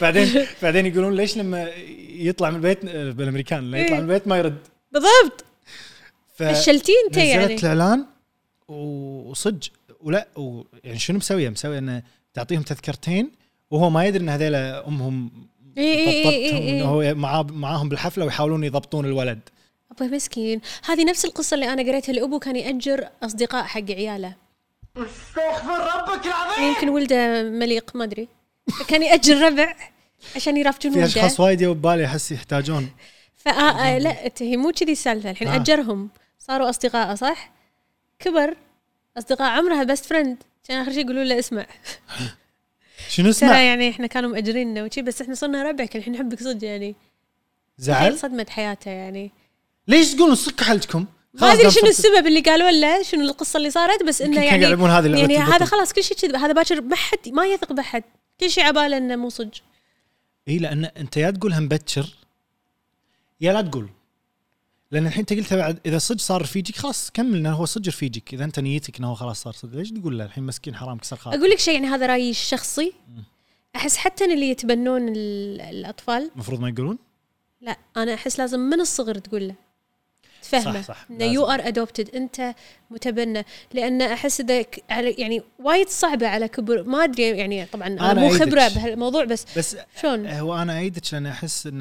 Speaker 2: بعدين بعدين يقولون ليش لما يطلع من البيت آه، بالامريكان لما يطلع
Speaker 1: إيه.
Speaker 2: من البيت ما يرد
Speaker 1: بالضبط
Speaker 2: ف-
Speaker 1: فشلتي انت يعني
Speaker 2: آه، نزلت الاعلان و- وصج ولا و- يعني شنو مسويه؟ مسويه انه تعطيهم تذكرتين وهو ما يدري ان هذيل امهم
Speaker 1: إي إي إي إي
Speaker 2: ضبطتهم
Speaker 1: إي.
Speaker 2: انه هو معاه معاهم بالحفله ويحاولون يضبطون الولد
Speaker 1: ابوي مسكين هذه نفس القصه اللي انا قريتها لابو كان ياجر اصدقاء حق عياله استغفر ربك العظيم يمكن ولده مليق ما ادري فكان ياجر ربع عشان يرافقون
Speaker 2: في
Speaker 1: ولده
Speaker 2: اشخاص وايد يجوا ببالي احس يحتاجون
Speaker 1: فا آه، لا ت- هي مو كذي السالفه الحين
Speaker 2: آه.
Speaker 1: اجرهم صاروا اصدقاء صح؟ كبر اصدقاء عمرها بيست فريند كان اخر شيء يقولوا له اسمع
Speaker 2: شنو اسمه؟
Speaker 1: ترى يعني احنا كانوا مأجريننا وشي بس احنا صرنا ربعك الحين نحبك صدق يعني تخيل
Speaker 2: زعل؟
Speaker 1: صدمة حياته يعني
Speaker 2: ليش تقولون صكوا حلجكم؟
Speaker 1: ما
Speaker 2: خلاص
Speaker 1: ادري
Speaker 2: دام
Speaker 1: شنو
Speaker 2: صك-
Speaker 1: السبب اللي قالوا له شنو القصه اللي صارت بس
Speaker 2: يمكن
Speaker 1: انه
Speaker 2: كانوا
Speaker 1: يعني
Speaker 2: يلعبون هذه لعبة
Speaker 1: يعني
Speaker 2: البطل.
Speaker 1: هذا خلاص كل شيء كذب هذا باكر ما حد ما يثق بحد كل شيء عباله انه مو صدق
Speaker 2: اي لان انت إيه، يا تقولها مبكر يا لا تقول لان الحين انت قلتها بعد اذا صدق صار رفيجك خلاص كمل انه هو صدق رفيجك اذا انت نيتك انه هو خلاص صار صدق ليش تقول له الحين مسكين حرام كسر خاطر
Speaker 1: اقول لك شيء يعني هذا رايي الشخصي احس حتى اللي يتبنون ال- الاطفال
Speaker 2: المفروض ما يقولون
Speaker 1: لا انا احس لازم من الصغر تقول له تفهمه
Speaker 2: صح، صح،
Speaker 1: انه
Speaker 2: لازم.
Speaker 1: يو ار ادوبتد انت متبنى لان احس اذا ك- على- يعني وايد صعبه على كبر ما ادري يعني طبعا انا,
Speaker 2: أنا
Speaker 1: مو
Speaker 2: أيدك.
Speaker 1: خبره بهالموضوع بس
Speaker 2: بس
Speaker 1: شلون؟
Speaker 2: هو انا ايدك لان احس ان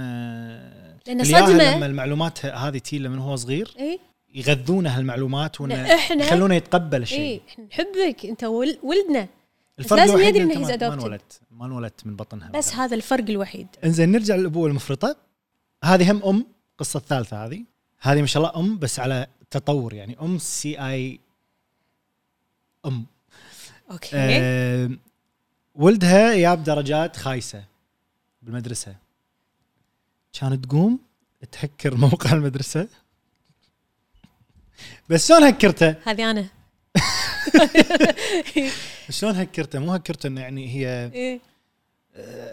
Speaker 1: لأن
Speaker 2: الياهل
Speaker 1: صدمة-
Speaker 2: لما المعلومات ه- هذه تي من هو صغير
Speaker 1: اي
Speaker 2: يغذونه هالمعلومات وانه
Speaker 1: لا، إحنا-
Speaker 2: يخلونه يتقبل الشيء
Speaker 1: اي احنا نحبك انت ول- ولدنا
Speaker 2: الفرق
Speaker 1: لازم
Speaker 2: الوحيد
Speaker 1: يدري
Speaker 2: إن
Speaker 1: إنه
Speaker 2: أنت
Speaker 1: he's
Speaker 2: ما ما
Speaker 1: adopted.
Speaker 2: انولدت ما انولدت من بطنها
Speaker 1: بس هذا الفرق الوحيد
Speaker 2: انزين نرجع للابوه المفرطه هذه هم ام القصه الثالثه هذه هذه ما شاء الله ام بس على تطور يعني ام سي اي ام
Speaker 1: اوكي آه
Speaker 2: أه ولدها جاب درجات خايسه بالمدرسه كانت تقوم تهكر موقع المدرسه بس شلون هكرته؟
Speaker 1: هذه انا
Speaker 2: شلون هكرته؟ مو هكرته انه يعني هي
Speaker 1: إيه.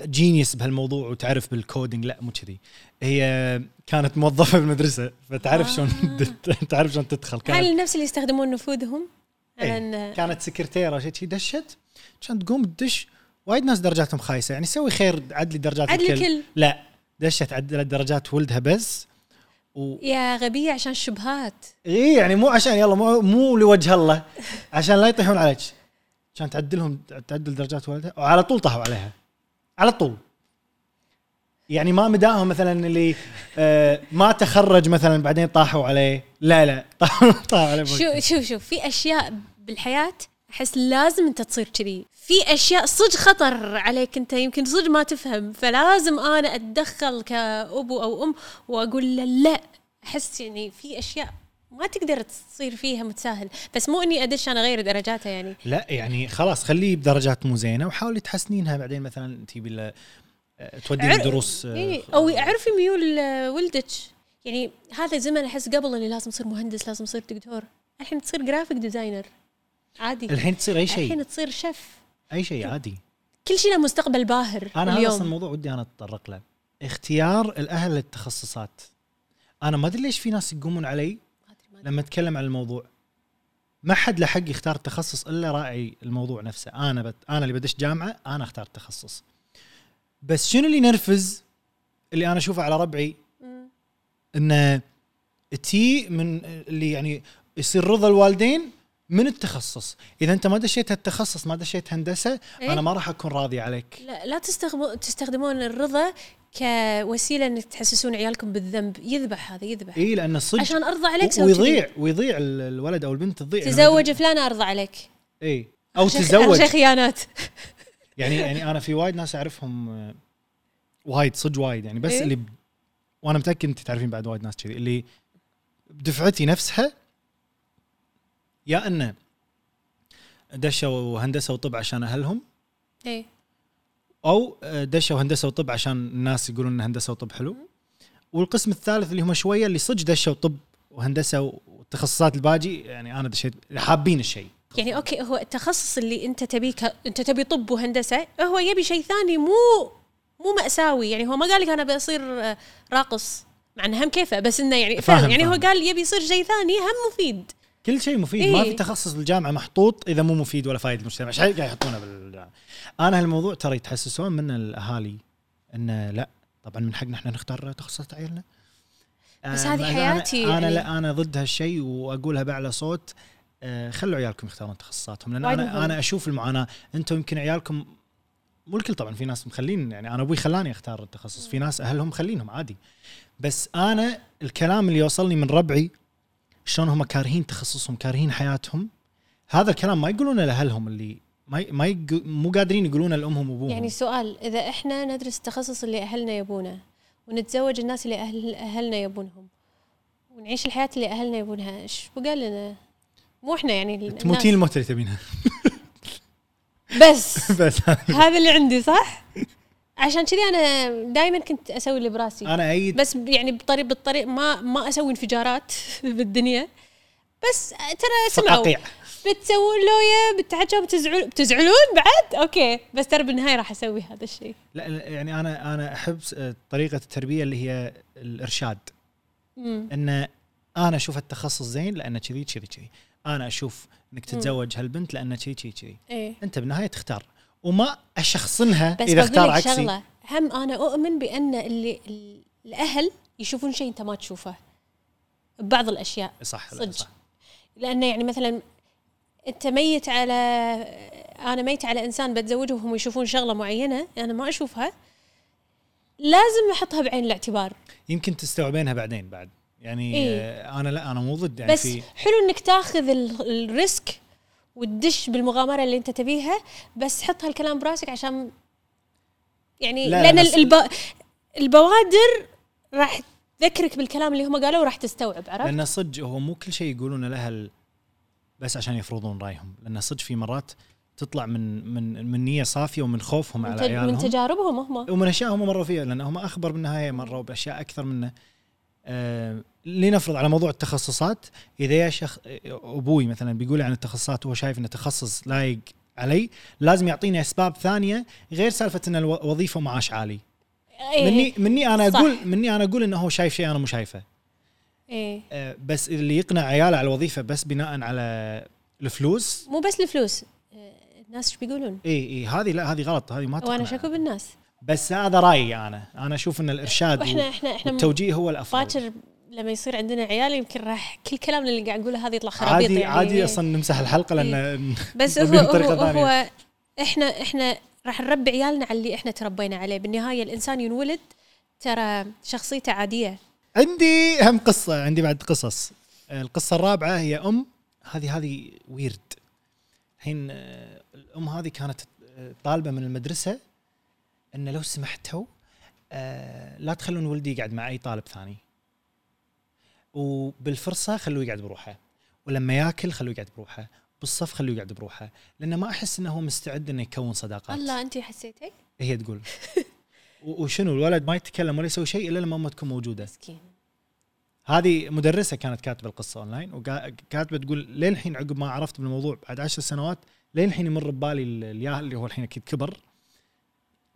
Speaker 2: جينيس بهالموضوع وتعرف بالكودينج لا مو كذي هي كانت موظفه بالمدرسه فتعرف شلون تعرف شلون تدخل كانت
Speaker 1: هل نفس اللي يستخدمون نفوذهم؟
Speaker 2: إيه،
Speaker 1: على إن-
Speaker 2: كانت سكرتيره شيء شي دشت كانت تقوم تدش وايد ناس درجاتهم خايسه يعني سوي خير عدلي درجات
Speaker 1: عدل
Speaker 2: الكل.
Speaker 1: الكل.
Speaker 2: لا دشت عدلت درجات ولدها بس و...
Speaker 1: يا غبيه عشان الشبهات
Speaker 2: اي يعني مو عشان يلا مو مو لوجه الله عشان لا يطيحون عليك كانت تعدلهم تعدل درجات ولدها وعلى طول طاحوا عليها على طول يعني ما مداهم مثلا اللي آه ما تخرج مثلا بعدين طاحوا عليه لا لا طاحوا طاحوا عليه
Speaker 1: شو شوف شوف في اشياء بالحياه احس لازم انت تصير كذي في اشياء صدق خطر عليك انت يمكن صدق ما تفهم فلازم انا اتدخل كابو او ام واقول له لا احس يعني في اشياء ما تقدر تصير فيها متساهل بس مو اني ادش انا اغير درجاتها يعني
Speaker 2: لا يعني خلاص خليه بدرجات مو زينه وحاولي تحسنينها بعدين مثلا تجيبي له- آه، توديه
Speaker 1: عر-
Speaker 2: دروس آه،
Speaker 1: إيه او اعرفي ميول آه، ولدك يعني هذا زمن احس قبل اللي لازم تصير مهندس لازم تصير دكتور الحين تصير جرافيك ديزاينر عادي
Speaker 2: الحين تصير اي شيء
Speaker 1: الحين تصير شيف
Speaker 2: اي شيء عادي
Speaker 1: كل شيء له مستقبل باهر
Speaker 2: انا هذا اصلا
Speaker 1: اليوم
Speaker 2: الموضوع ودي انا اتطرق له اختيار الاهل للتخصصات انا ما ادري ليش في ناس يقومون علي لما اتكلم عن الموضوع ما حد له حق يختار التخصص الا راعي الموضوع نفسه انا بت... انا اللي بدش جامعه انا اختار التخصص بس شنو اللي نرفز اللي انا اشوفه على ربعي
Speaker 1: مم.
Speaker 2: انه تي من اللي يعني يصير رضا الوالدين من التخصص اذا انت ما دشيت هالتخصص ما دشيت هندسه
Speaker 1: إيه؟
Speaker 2: انا ما راح اكون راضي عليك
Speaker 1: لا, لا تستخدمو- تستخدمون الرضا كوسيله انك تحسسون عيالكم بالذنب يذبح هذا يذبح
Speaker 2: اي لان الصدق
Speaker 1: عشان ارضى عليك
Speaker 2: إيه، و-
Speaker 1: سوي
Speaker 2: ويضيع ويضيع ال- الولد او البنت تضيع
Speaker 1: كذي. تزوج فلان ارضى عليك
Speaker 2: اي او
Speaker 1: شيخ- شيخ
Speaker 2: تزوج
Speaker 1: خيانات
Speaker 2: يعني يعني انا في وايد ناس اعرفهم آه، وايد صدق وايد يعني بس
Speaker 1: إيه؟
Speaker 2: اللي ب- وانا متاكد انت تعرفين بعد وايد ناس كذي اللي بدفعتي نفسها يا انه دشوا هندسه وطب عشان اهلهم
Speaker 1: ايه
Speaker 2: او آه، دشوا هندسه وطب عشان الناس يقولون ان هندسه وطب حلو والقسم الثالث اللي هم شويه اللي صدق دشوا طب وهندسه والتخصصات الباجي يعني انا دشيت حابين الشيء
Speaker 1: يعني اوكي هو التخصص اللي انت تبيه ك... انت تبي طب وهندسه هو يبي شيء ثاني مو مو ماساوي يعني هو ما قال لك انا بصير آه، راقص مع انه هم كيفه بس انه يعني
Speaker 2: فاهم،
Speaker 1: فاهم يعني هو
Speaker 2: فاهم.
Speaker 1: قال يبي يصير شيء ثاني هم مفيد
Speaker 2: كل شيء مفيد
Speaker 1: إيه.
Speaker 2: ما في تخصص بالجامعه محطوط اذا مو مفيد ولا فايد المجتمع ايش قاعد يحطونه بالجامعه انا هالموضوع ترى يتحسسون من الاهالي انه لا طبعا من حقنا احنا نختار تخصصات عيالنا
Speaker 1: بس
Speaker 2: آه،
Speaker 1: هذه
Speaker 2: أنا-
Speaker 1: حياتي
Speaker 2: انا
Speaker 1: يعني.
Speaker 2: يعني. لا انا ضد هالشيء واقولها باعلى صوت آه، خلوا عيالكم يختارون تخصصاتهم لان
Speaker 1: وايد
Speaker 2: انا
Speaker 1: مهم.
Speaker 2: انا اشوف المعاناه انتم يمكن عيالكم مو الكل طبعا في ناس مخلين يعني انا ابوي خلاني اختار التخصص في ناس اهلهم خلينهم عادي بس انا الكلام اللي يوصلني من ربعي شلون هم كارهين تخصصهم كارهين حياتهم هذا الكلام ما يقولونه لاهلهم اللي ما ي- ما يق... مو قادرين يقولونه لامهم وابوهم
Speaker 1: يعني
Speaker 2: يعني
Speaker 1: سؤال اذا احنا ندرس التخصص اللي اهلنا يبونه ونتزوج الناس اللي أهل اهلنا يبونهم ونعيش الحياه اللي اهلنا يبونها ايش بقى لنا مو احنا يعني الناس.
Speaker 2: تموتين الموت اللي تبينها
Speaker 1: بس
Speaker 2: بس
Speaker 1: هذا اللي عندي صح عشان كذي انا دائما كنت اسوي اللي براسي
Speaker 2: انا ايد
Speaker 1: بس يعني بطريق بالطريق ما ما اسوي انفجارات بالدنيا بس ترى سمعوا
Speaker 2: فقاقيع
Speaker 1: بتسوون لويا بتعجبوا بتزعلون بتزعلون بعد اوكي بس ترى بالنهايه راح اسوي هذا الشيء
Speaker 2: لا لا، يعني انا انا احب س- طريقه التربيه اللي هي الارشاد
Speaker 1: مم.
Speaker 2: ان انا اشوف التخصص زين لان كذي كذي كذي انا اشوف انك تتزوج هالبنت لان كذي كذي كذي
Speaker 1: ايه
Speaker 2: انت بالنهايه تختار وما اشخصنها
Speaker 1: بس
Speaker 2: اذا اختار
Speaker 1: بقول لك
Speaker 2: عكسي
Speaker 1: شغله هم انا اؤمن بان اللي ال- الاهل يشوفون شيء انت ما تشوفه ببعض الاشياء
Speaker 2: صح لا،
Speaker 1: صدق.
Speaker 2: صح
Speaker 1: لانه يعني مثلا انت ميت على انا ميت على انسان بتزوجه وهم يشوفون شغله معينه انا ما اشوفها لازم احطها بعين الاعتبار
Speaker 2: يمكن تستوعبينها بعدين بعد يعني
Speaker 1: إيه.
Speaker 2: إيه؟ انا لا انا مو ضد يعني
Speaker 1: بس
Speaker 2: في
Speaker 1: حلو انك تاخذ ال- الريسك وتدش بالمغامره اللي انت تبيها بس حط هالكلام براسك عشان يعني
Speaker 2: لا،
Speaker 1: لان
Speaker 2: لا،
Speaker 1: لا
Speaker 2: بس-
Speaker 1: الب... البوادر راح تذكرك بالكلام اللي هم قالوه وراح تستوعب عرفت؟
Speaker 2: لان صدق هو مو كل شيء يقولون الاهل بس عشان يفرضون رايهم لان صدق في مرات تطلع من من من نيه صافيه ومن خوفهم
Speaker 1: من,
Speaker 2: على
Speaker 1: تج- من
Speaker 2: عيالهم
Speaker 1: تجاربهم هم
Speaker 2: ومن اشياء هم مروا فيها لان هم اخبر بالنهايه مروا باشياء اكثر منه آه لنفرض على موضوع التخصصات اذا يا شخ ابوي مثلا بيقول عن التخصصات وهو شايف انه تخصص لايق علي لازم يعطيني اسباب ثانيه غير سالفه ان الو- الوظيفه معاش عالي
Speaker 1: إيه،
Speaker 2: مني مني انا
Speaker 1: صح.
Speaker 2: اقول مني انا اقول انه هو شايف شيء انا مو شايفه
Speaker 1: إيه.
Speaker 2: آه، بس اللي يقنع عياله على الوظيفه بس بناء على الفلوس
Speaker 1: مو بس الفلوس آه، الناس ايش بيقولون
Speaker 2: اي اي هذه لا هذه غلط هذه ما
Speaker 1: وانا
Speaker 2: تقنع
Speaker 1: شكو بالناس
Speaker 2: بس هذا رايي انا انا اشوف ان الارشاد
Speaker 1: واحنا احنا احنا
Speaker 2: والتوجيه هو الافضل
Speaker 1: باكر لما يصير عندنا عيال يمكن راح كل كلام اللي قاعد نقوله هذا يطلع خرابيط
Speaker 2: عادي
Speaker 1: يعني إيه.
Speaker 2: عادي اصلا نمسح الحلقه لان
Speaker 1: بس هو
Speaker 2: نبيهم بطريقة
Speaker 1: هو,
Speaker 2: ثانية.
Speaker 1: هو احنا احنا راح نربي عيالنا على اللي احنا تربينا عليه بالنهايه الانسان ينولد ترى شخصيته عاديه
Speaker 2: عندي هم قصه عندي بعد قصص القصه الرابعه هي ام هذه هذه ويرد الحين آه، الام هذه كانت آه، طالبه من المدرسه ان لو سمحتوا آه، لا تخلون ولدي يقعد مع اي طالب ثاني وبالفرصه خلوه يقعد بروحه ولما ياكل خلوه يقعد بروحه بالصف خلوه يقعد بروحه لانه ما احس انه هو مستعد انه يكون صداقات
Speaker 1: الله انت حسيتي
Speaker 2: هي تقول و- وشنو الولد ما يتكلم ولا يسوي شيء الا لما امه تكون موجوده
Speaker 1: مسكين
Speaker 2: هذه مدرسه كانت كاتبه القصه اونلاين وكاتبه تقول لين الحين عقب ما عرفت بالموضوع بعد عشر سنوات لين الحين يمر ببالي ال- الياهل اللي هو الحين اكيد كبر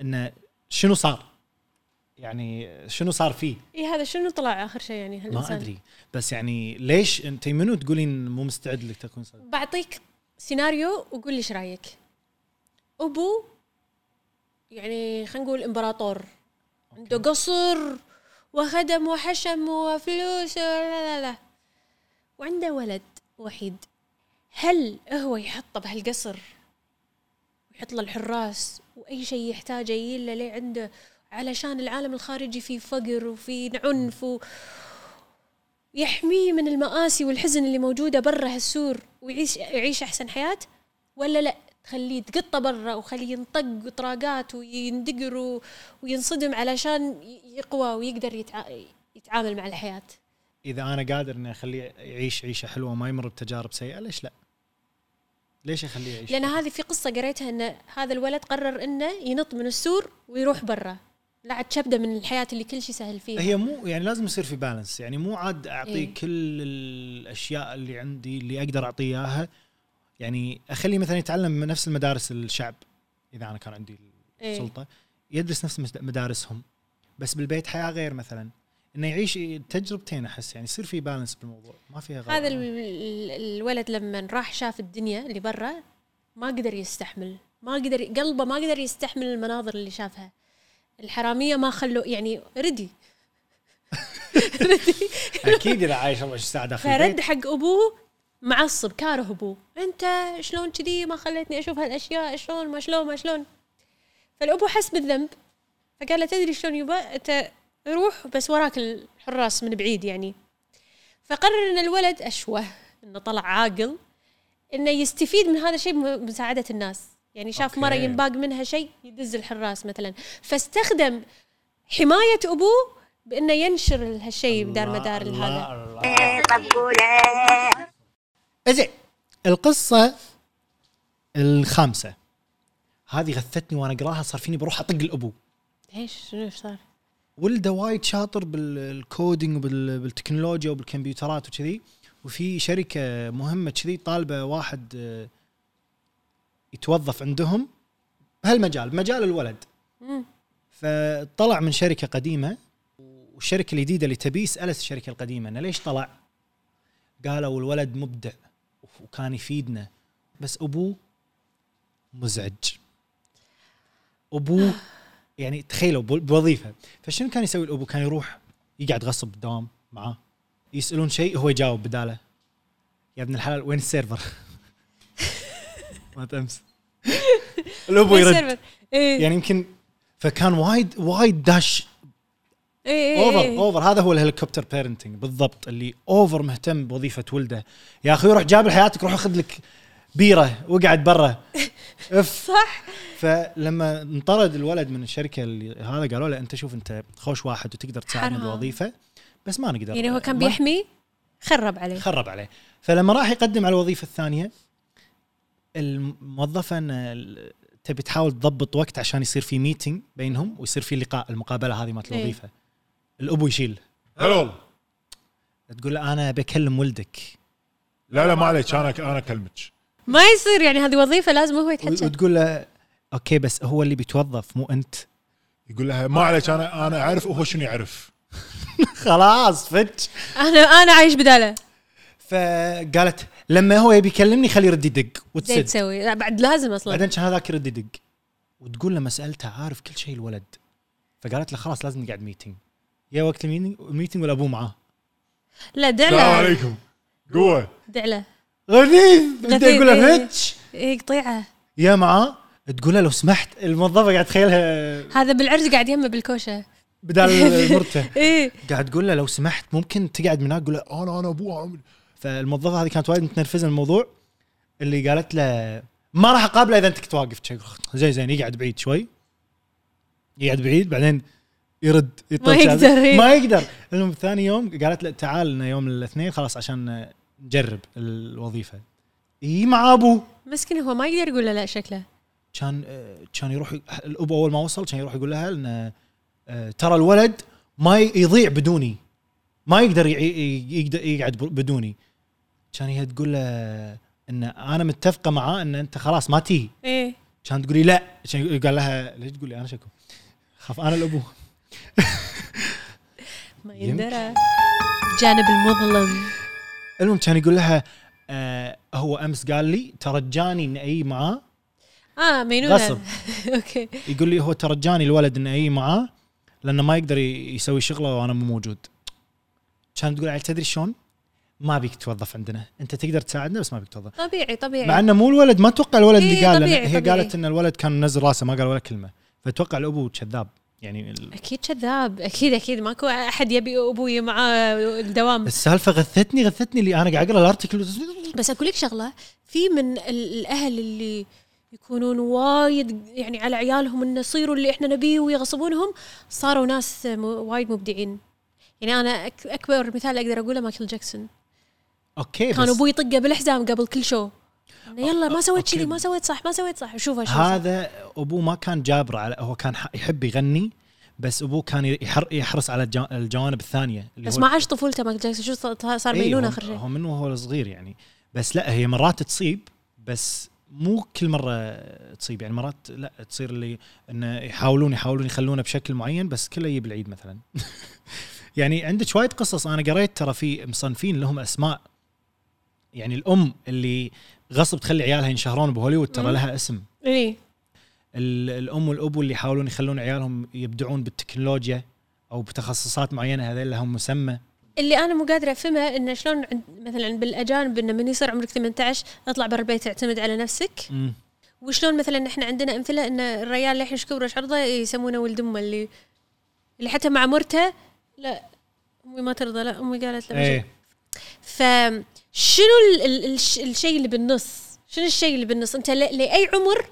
Speaker 2: انه شنو صار؟ يعني شنو صار فيه؟
Speaker 1: اي إيه، هذا شنو طلع اخر شيء يعني
Speaker 2: ما
Speaker 1: هالانسان
Speaker 2: ادري بس يعني ليش انت منو تقولين مو مستعد لك تكون صديق؟
Speaker 1: بعطيك سيناريو وقول لي ايش رايك ابو يعني خلينا نقول امبراطور عنده قصر وخدم وحشم وفلوس لا لا لا وعنده ولد وحيد هل هو يحطه بهالقصر ويحط له الحراس واي شيء يحتاجه يجي له ليه عنده علشان العالم الخارجي فيه فقر وفيه عنف و... يحميه من المآسي والحزن اللي موجودة برا هالسور ويعيش يعيش أحسن حياة ولا لا تخليه تقطه برا وخليه ينطق طراقات ويندقر و- وينصدم علشان ي- يقوى ويقدر يتع... يتعامل مع الحياة
Speaker 2: اذا انا قادر اني اخليه يعيش عيشه حلوه وما يمر بتجارب سيئه ليش لا؟ ليش اخليه يعيش؟
Speaker 1: لأن هذه في قصة قريتها أن هذا الولد قرر أنه ينط من السور ويروح برا لا عاد شبده من الحياة اللي كل شيء سهل فيها
Speaker 2: هي مو يعني لازم يصير في بالانس يعني مو عاد اعطيه
Speaker 1: إيه.
Speaker 2: إيه؟ كل الاشياء اللي عندي اللي اقدر اعطيه اياها يعني اخليه مثلا يتعلم من نفس المدارس الشعب اذا انا كان عندي
Speaker 1: إيه.
Speaker 2: السلطه إيه؟ يدرس نفس مس- مدارسهم بس بالبيت حياه غير مثلا انه يعيش تجربتين احس يعني يصير في بالانس بالموضوع ما فيها غلط
Speaker 1: هذا ال- ال- الولد لما راح شاف الدنيا اللي برا ما قدر يستحمل ما قدر قلبه ما قدر يستحمل المناظر اللي شافها الحراميه ما خلوا يعني ردي ردي
Speaker 2: اكيد اذا عايش 24 ساعه داخل
Speaker 1: فرد
Speaker 2: البيت
Speaker 1: حق ابوه معصب كاره ابوه انت شلون كذي ما خليتني اشوف هالاشياء شلون ما شلون ما شلون فالابو حس بالذنب فقال له تدري شلون يبا انت روح بس وراك الحراس من بعيد يعني فقرر ان الولد اشوه انه طلع عاقل انه يستفيد من هذا الشيء بم- بمساعده الناس يعني شاف
Speaker 2: أوكي.
Speaker 1: مره ينباق منها شيء يدز الحراس مثلا فاستخدم حمايه ابوه بانه ينشر هالشيء بدار مدار هذا
Speaker 2: هذا
Speaker 3: طب قولها
Speaker 2: إيه، زين القصة الخامسة هذه غثتني وانا اقراها صار فيني بروح اطق الابو
Speaker 1: ايش شنو ايش صار؟
Speaker 2: ولده وايد شاطر بالكودينج وبالتكنولوجيا وبالكمبيوترات وكذي وفي شركة مهمة كذي طالبة واحد آه، يتوظف عندهم بهالمجال بمجال الولد
Speaker 1: مم.
Speaker 2: فطلع من شركه قديمه والشركه الجديده اللي تبيه سالت الشركه القديمه انه ليش طلع؟ قالوا الولد مبدع وكان يفيدنا بس ابوه مزعج ابوه يعني تخيلوا بو- بوظيفه فشنو كان يسوي الابو؟ كان يروح يقعد غصب بالدوام معاه يسالون شيء هو يجاوب بداله يا ابن الحلال وين السيرفر؟ ما تمس الابو
Speaker 1: وين
Speaker 2: يرد
Speaker 1: السيرفر؟ ايه
Speaker 2: يعني يمكن فكان وايد وايد داش
Speaker 1: ايه إيه،
Speaker 2: اوفر
Speaker 1: إيه.
Speaker 2: اوفر هذا هو الهليكوبتر بيرنتنج بالضبط اللي اوفر مهتم بوظيفه ولده يا اخي روح جاب لحياتك روح اخذ لك بيره واقعد برا اف
Speaker 1: صح
Speaker 2: فلما انطرد الولد من الشركه اللي هذا قالوا له انت شوف انت خوش واحد وتقدر تساعدنا
Speaker 1: حرام.
Speaker 2: بالوظيفه بس ما نقدر
Speaker 1: يعني هو كان
Speaker 2: ما-
Speaker 1: بيحمي خرب عليه
Speaker 2: خرب عليه فلما راح يقدم على الوظيفه الثانيه الموظفه ان ال- تبي تحاول تضبط وقت عشان يصير في ميتنج بينهم ويصير في لقاء المقابله هذه مالت
Speaker 1: إيه.
Speaker 2: الوظيفه الابو يشيل
Speaker 4: هلو
Speaker 2: تقول له انا بكلم ولدك
Speaker 4: لا لا ما عليك انا انا اكلمك
Speaker 1: ما يصير يعني هذه وظيفه لازم هو
Speaker 2: و-
Speaker 1: يتحجى
Speaker 2: وتقول له اوكي بس هو اللي بيتوظف مو انت
Speaker 4: يقول لها ما عليك انا انا اعرف وهو شنو يعرف
Speaker 2: خلاص فتش
Speaker 1: انا انا عايش بداله
Speaker 2: فقالت لما هو يبي يكلمني خليه يرد يدق
Speaker 1: زي
Speaker 2: وتسد
Speaker 1: تسوي لا، بعد لازم اصلا
Speaker 2: بعدين كان هذاك يرد يدق وتقول لما سالته عارف كل شيء الولد فقالت له خلاص لازم نقعد ميتنج يا وقت الميتنج الميتنج والابو معاه
Speaker 1: لا
Speaker 4: السلام
Speaker 1: دعله
Speaker 4: عليكم قوه
Speaker 1: دعله
Speaker 2: غثيث بدي
Speaker 1: غثيث،
Speaker 2: اقول له
Speaker 1: إيه.
Speaker 2: فتش
Speaker 1: اي قطيعه
Speaker 2: يا معاه تقول له لو سمحت الموظفه قاعد تخيلها
Speaker 1: هذا بالعرس قاعد إيه. يمه بالكوشه
Speaker 2: بدال مرته
Speaker 1: اي
Speaker 2: قاعد تقول له لو سمحت ممكن تقعد من هناك تقول له
Speaker 4: انا انا ابوه عمري
Speaker 2: فالموظفه هذه كانت وايد متنرفزه من الموضوع اللي قالت له ما راح اقابله اذا انت كنت واقف شي. زين زين يقعد بعيد شوي يقعد بعيد بعدين يرد يطلع
Speaker 1: ما يقدر، إيه.
Speaker 2: ما يقدر المهم ثاني يوم قالت له تعال لنا يوم الاثنين خلاص عشان نجرب الوظيفه اي مع ابوه
Speaker 1: مسكين هو ما يقدر يقول له لا شكله
Speaker 2: كان آه، كان يروح الابو اول ما وصل كان يروح يقول لها ان آه، ترى الولد ما ي- يضيع بدوني ما يقدر يع- ي- يقدر يقعد ب- بدوني كان هي تقول له ان انا متفقه معاه ان انت خلاص ما تيجي
Speaker 1: اي
Speaker 2: كان تقولي لا كان يقول- قال لها ليش تقولي انا شكو خاف انا الابو
Speaker 1: ما
Speaker 2: يمكن.
Speaker 1: يندرى جانب المظلم
Speaker 2: المهم كان يقول لها آه هو امس قال لي ترجاني ان اي معاه
Speaker 1: اه مينونه
Speaker 2: غصب
Speaker 1: اوكي
Speaker 2: يقول لي هو ترجاني الولد انه اجي معاه لانه ما يقدر ي- يسوي شغله وانا مو موجود. كانت تقول عيل تدري شلون؟ ما بيك توظف عندنا، انت تقدر تساعدنا بس ما بيك توظف.
Speaker 1: طبيعي طبيعي
Speaker 2: مع انه مو الولد ما اتوقع الولد اللي
Speaker 1: إيه،
Speaker 2: قال
Speaker 1: طبيعي،
Speaker 2: لأن هي
Speaker 1: طبيعي.
Speaker 2: قالت ان الولد كان منزل راسه ما قال ولا كلمه، فاتوقع الابو كذاب يعني ال-
Speaker 1: اكيد كذاب اكيد اكيد ماكو احد يبي ابوي معاه الدوام
Speaker 2: السالفه غثتني غثتني اللي انا قاعد اقرا الارتكل
Speaker 1: بس اقول لك شغله في من ال- الاهل اللي يكونون وايد يعني على عيالهم انه يصيروا اللي احنا نبيه ويغصبونهم صاروا ناس م- وايد مبدعين يعني انا أك- اكبر مثال اقدر اقوله مايكل جاكسون
Speaker 2: اوكي
Speaker 1: كان
Speaker 2: بس
Speaker 1: ابوي يطقه بالحزام قبل كل شو إنه يلا ما سويت
Speaker 2: أوكي.
Speaker 1: كذي ما سويت صح ما سويت صح شوف هذا
Speaker 2: هذا ابوه ما كان جابر على هو كان ح- يحب يغني بس ابوه كان يحر- يحرص على الجا- الجوانب الثانيه اللي
Speaker 1: بس
Speaker 2: هو
Speaker 1: ما عاش طفولته مايكل جاكسون شو صار- صار
Speaker 2: إيه،
Speaker 1: مينونه
Speaker 2: هو-
Speaker 1: اخر شيء
Speaker 2: هو من وهو صغير يعني بس لا هي مرات تصيب بس مو كل مره تصيب يعني مرات لا تصير اللي انه يحاولون يحاولون يخلونه بشكل معين بس كله يجيب العيد مثلا يعني عندك وايد قصص انا قريت ترى في مصنفين لهم اسماء يعني الام اللي غصب تخلي عيالها ينشهرون بهوليوود
Speaker 1: مم.
Speaker 2: ترى لها اسم
Speaker 1: اي
Speaker 2: ال- الام والابو اللي يحاولون يخلون عيالهم يبدعون بالتكنولوجيا او بتخصصات معينه هذول لهم مسمى
Speaker 1: اللي انا مو قادره افهمه انه شلون عند مثلا بالاجانب انه من يصير عمرك 18 اطلع برا البيت تعتمد على نفسك
Speaker 2: مم.
Speaker 1: وشلون مثلا احنا عندنا امثله ان الريال للحين ايش كبره ايش عرضه إيه، يسمونه ولد امه اللي اللي حتى مع مرته لا امي ما ترضى لا امي قالت لا
Speaker 2: ايه
Speaker 1: ايه. فشنو ال- ال- الش- الشيء اللي بالنص؟ شنو الشيء اللي بالنص؟ انت ل- لاي عمر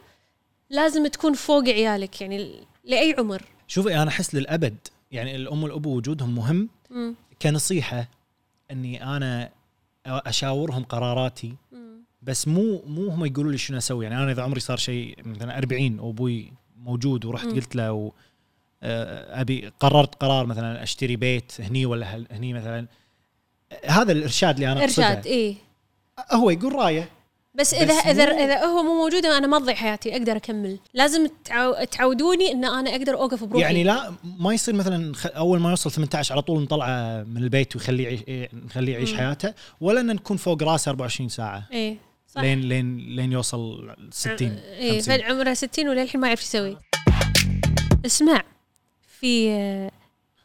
Speaker 1: لازم تكون فوق عيالك يعني ل- لاي عمر؟
Speaker 2: شوفي انا احس للابد يعني الام والابو وجودهم مهم
Speaker 1: مم.
Speaker 2: كنصيحه اني انا اشاورهم قراراتي
Speaker 1: مم.
Speaker 2: بس مو مو هم يقولوا لي شنو اسوي يعني انا اذا عمري صار شيء مثلا 40 وابوي موجود ورحت
Speaker 1: مم.
Speaker 2: قلت له و- آه، ابي قررت قرار مثلا اشتري بيت هني ولا هل- هني مثلا هذا الارشاد اللي انا
Speaker 1: ارشاد
Speaker 2: ارشاد
Speaker 1: ايه
Speaker 2: هو يقول رايه
Speaker 1: بس اذا
Speaker 2: بس
Speaker 1: اذا
Speaker 2: مو-
Speaker 1: اذا هو مو موجود انا ما اضيع حياتي اقدر اكمل لازم تعو... تعودوني ان انا اقدر اوقف بروحي
Speaker 2: يعني لا ما يصير مثلا خ- اول ما يوصل 18 على طول نطلعه من البيت ويخليه يعيش- إيه، نخليه يعيش
Speaker 1: مم.
Speaker 2: حياته ولا ان نكون فوق راسه 24 ساعه
Speaker 1: ايه صح
Speaker 2: لين لين لين يوصل 60
Speaker 1: ايه
Speaker 2: 50.
Speaker 1: فعمره 60 وللحين ما يعرف شو يسوي اسمع في آه،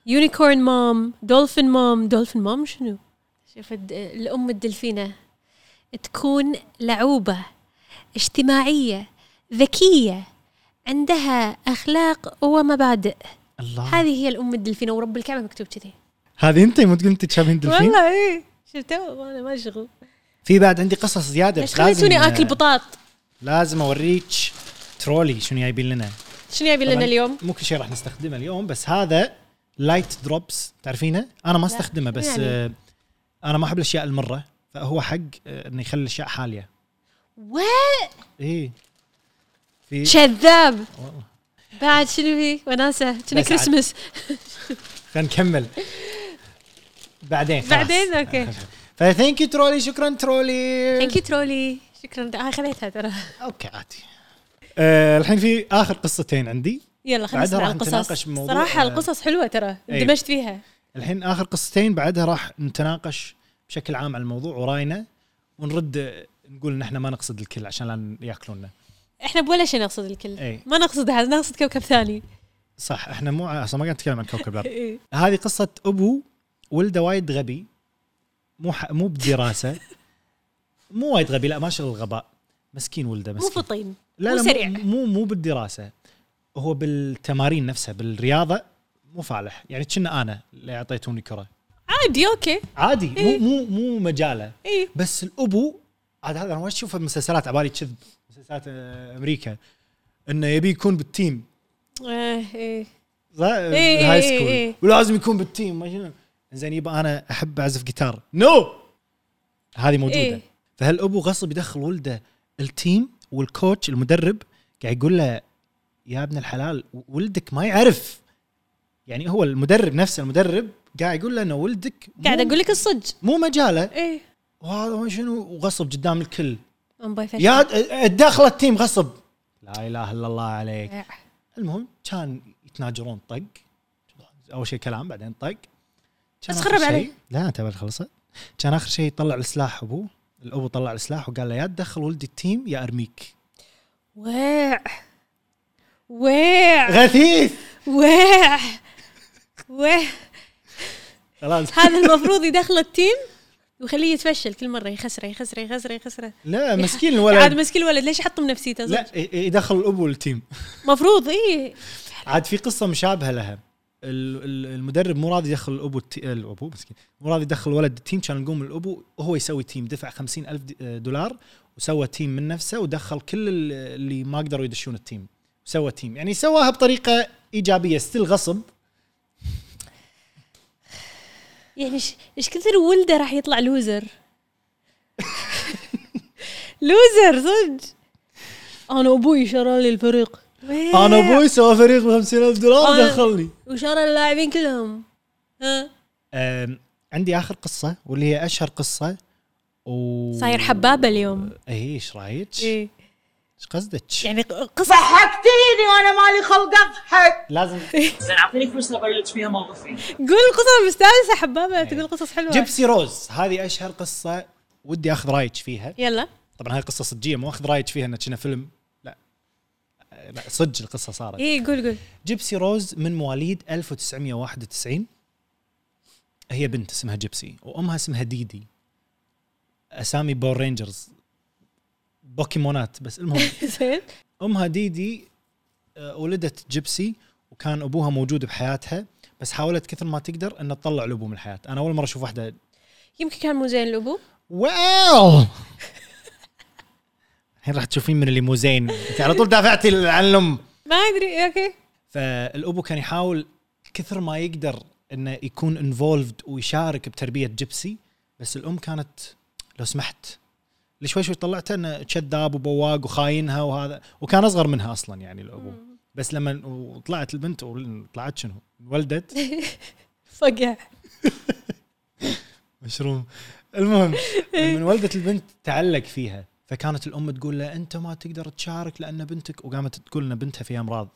Speaker 1: يونيكورن مام دولفين مام دولفين مام شنو شوف الد- الام الدلفينه تكون لعوبه اجتماعيه ذكيه عندها اخلاق ومبادئ
Speaker 2: الله
Speaker 1: هذه هي الام الدلفينه ورب الكعبه مكتوب كذي
Speaker 2: هذه انت ما تقول انت تشابهين دلفين
Speaker 1: والله ايه شفته انا ما شغل
Speaker 2: في بعد عندي قصص زياده
Speaker 1: ليش
Speaker 2: بس لازم
Speaker 1: خليتوني اكل بطاط
Speaker 2: لازم اوريك ترولي شنو جايبين لنا
Speaker 1: شنو يبي لنا
Speaker 2: طبعاً
Speaker 1: اليوم؟
Speaker 2: مو كل شيء راح نستخدمه اليوم بس هذا لايت دروبس تعرفينه انا ما استخدمه بس
Speaker 1: يعني.
Speaker 2: آه، انا ما احب الاشياء المره فهو حق آه، انه يخلي الاشياء حاليه اي إيه. في
Speaker 1: كذاب
Speaker 2: والله.
Speaker 1: بعد شنو في وناسه شنو
Speaker 2: بس عاد.
Speaker 1: كريسمس
Speaker 2: خلينا نكمل بعدين خلاص.
Speaker 1: بعدين؟ أوكي.
Speaker 2: فثانك يو ترولي شكرا ترولي
Speaker 1: ثانك يو ترولي شكرا آه خذيتها ترى
Speaker 2: اوكي عادي آه الحين في اخر قصتين عندي
Speaker 1: يلا خلينا
Speaker 2: بعدها
Speaker 1: نسمع
Speaker 2: راح نتناقش
Speaker 1: القصص
Speaker 2: بموضوع،
Speaker 1: صراحه
Speaker 2: آه،
Speaker 1: القصص حلوه ترى
Speaker 2: أي.
Speaker 1: اندمجت فيها
Speaker 2: الحين اخر قصتين بعدها راح نتناقش بشكل عام على الموضوع وراينا ونرد آه، نقول ان احنا ما نقصد الكل عشان لا ياكلونا
Speaker 1: احنا بولا شيء نقصد الكل
Speaker 2: أي.
Speaker 1: ما نقصد هذا نقصد كوكب ثاني
Speaker 2: صح احنا مو اصلا ما قاعد نتكلم عن كوكب الارض
Speaker 1: إيه.
Speaker 2: هذه قصه ابو ولده وايد غبي مو ح... مو بدراسه مو وايد غبي لا ما شغل غباء مسكين ولده
Speaker 1: مو
Speaker 2: مسكين
Speaker 1: فطين
Speaker 2: لا
Speaker 1: مو
Speaker 2: لا
Speaker 1: سريع.
Speaker 2: مو مو, مو بالدراسه هو بالتمارين نفسها بالرياضه مو فالح يعني كنا انا اللي اعطيتوني كره
Speaker 1: عادي اوكي
Speaker 2: عادي مو
Speaker 1: إيه.
Speaker 2: مو مو مجاله
Speaker 1: اي
Speaker 2: بس الابو عاد هذا انا ما اشوفه بمسلسلات عبالي كذب مسلسلات آه، امريكا انه يبي يكون بالتيم
Speaker 1: ايه
Speaker 2: صح؟
Speaker 1: إيه،
Speaker 2: الهاي
Speaker 1: إيه،
Speaker 2: سكول
Speaker 1: إيه.
Speaker 2: ولازم يكون بالتيم ما شنو زين يبا انا احب اعزف جيتار نو هذه موجوده
Speaker 1: إيه.
Speaker 2: فهالابو غصب يدخل ولده التيم والكوتش المدرب قاعد يقول له يا ابن الحلال ولدك ما يعرف يعني هو المدرب نفسه المدرب قاعد يقول له انه ولدك مو-
Speaker 1: قاعد اقول لك الصج
Speaker 2: مو مجاله
Speaker 1: ايه
Speaker 2: وهذا ما شنو وغصب قدام الكل
Speaker 1: ام باي فشل.
Speaker 2: يا داخل التيم غصب لا اله الا الله عليك
Speaker 1: إيه.
Speaker 2: المهم كان يتناجرون طق اول شيء كلام بعدين طق كان
Speaker 1: بس
Speaker 2: آخر
Speaker 1: خرب
Speaker 2: شيء-
Speaker 1: عليه.
Speaker 2: لا تبى خلصت كان اخر شيء طلع السلاح ابوه الابو طلع السلاح وقال له يا تدخل ولدي التيم يا ارميك
Speaker 1: واع واع
Speaker 2: غثيث
Speaker 1: واع واع
Speaker 2: خلاص
Speaker 1: هذا المفروض يدخل التيم ويخليه يتفشل كل مره يخسره يخسره يخسره يخسره
Speaker 2: لا مسكين
Speaker 1: عاد
Speaker 2: الولد
Speaker 1: مسكين الولد ليش حطم نفسيته صدق؟
Speaker 2: لا ي- يدخل الابو التيم
Speaker 1: مفروض إيه. اي
Speaker 2: عاد في قصه مشابهه لها ال- ال- المدرب مو راضي يدخل الابو التي... الابو مسكين مو راضي يدخل الولد التيم كان يقوم الابو وهو يسوي تيم دفع خمسين ألف د- آه، دولار وسوى تيم من نفسه ودخل كل ال- اللي ما قدروا يدشون التيم سوى تيم يعني سواها بطريقه ايجابيه ستيل غصب
Speaker 1: يعني إيش- ايش كثر ولده راح يطلع لوزر لوزر صدق انا ابوي شرى لي الفريق واع.
Speaker 2: انا ابوي سوى فريق ب 50000 دولار
Speaker 1: أنا-
Speaker 2: دخلني
Speaker 1: وشرى اللاعبين كلهم ها
Speaker 2: أم، عندي اخر قصه واللي هي اشهر قصه و
Speaker 1: صاير حبابه اليوم
Speaker 2: اي ايش رايك؟ ايش
Speaker 1: إيه.
Speaker 2: قصدك؟
Speaker 1: يعني قصه
Speaker 5: ضحكتيني وانا مالي خلق اضحك
Speaker 2: لازم
Speaker 6: زين اعطيني فلوسنا بلج فيها موظفين
Speaker 1: قول قصص مستانسه حبابه تقول قصص حلوه
Speaker 2: جيبسي روز هذه اشهر قصه ودي اخذ رايك فيها
Speaker 1: يلا
Speaker 2: طبعا هاي قصه صجيه مو اخذ رايك فيها انها كنا فيلم لا آه، لا صج القصه صارت
Speaker 1: اي إيه، قول قول
Speaker 2: جيبسي روز من مواليد 1991 هي بنت اسمها جيبسي وامها اسمها ديدي اسامي بور رينجرز بوكيمونات بس المهم
Speaker 1: زين
Speaker 2: امها ديدي آه، ولدت جيبسي وكان ابوها موجود بحياتها بس حاولت كثر ما تقدر ان تطلع الابو من الحياه انا اول مره اشوف واحده
Speaker 1: يمكن كان مو زين الابو
Speaker 2: واو الحين راح تشوفين من اللي مو زين انت على طول دافعتي عن الام
Speaker 1: ما ادري اوكي
Speaker 2: فالابو كان يحاول كثر ما يقدر انه يكون انفولفد ويشارك بتربيه جبسي بس الام كانت لو سمحت اللي شوي شوي طلعته انه كذاب وبواق وخاينها وهذا وكان اصغر منها اصلا يعني الابو بس لما طلعت البنت طلعت شنو؟ ولدت
Speaker 1: فقع
Speaker 2: مشروم المهم من ولدت البنت تعلق فيها فكانت الام تقول له انت ما تقدر تشارك لان بنتك وقامت تقول ان بنتها فيها امراض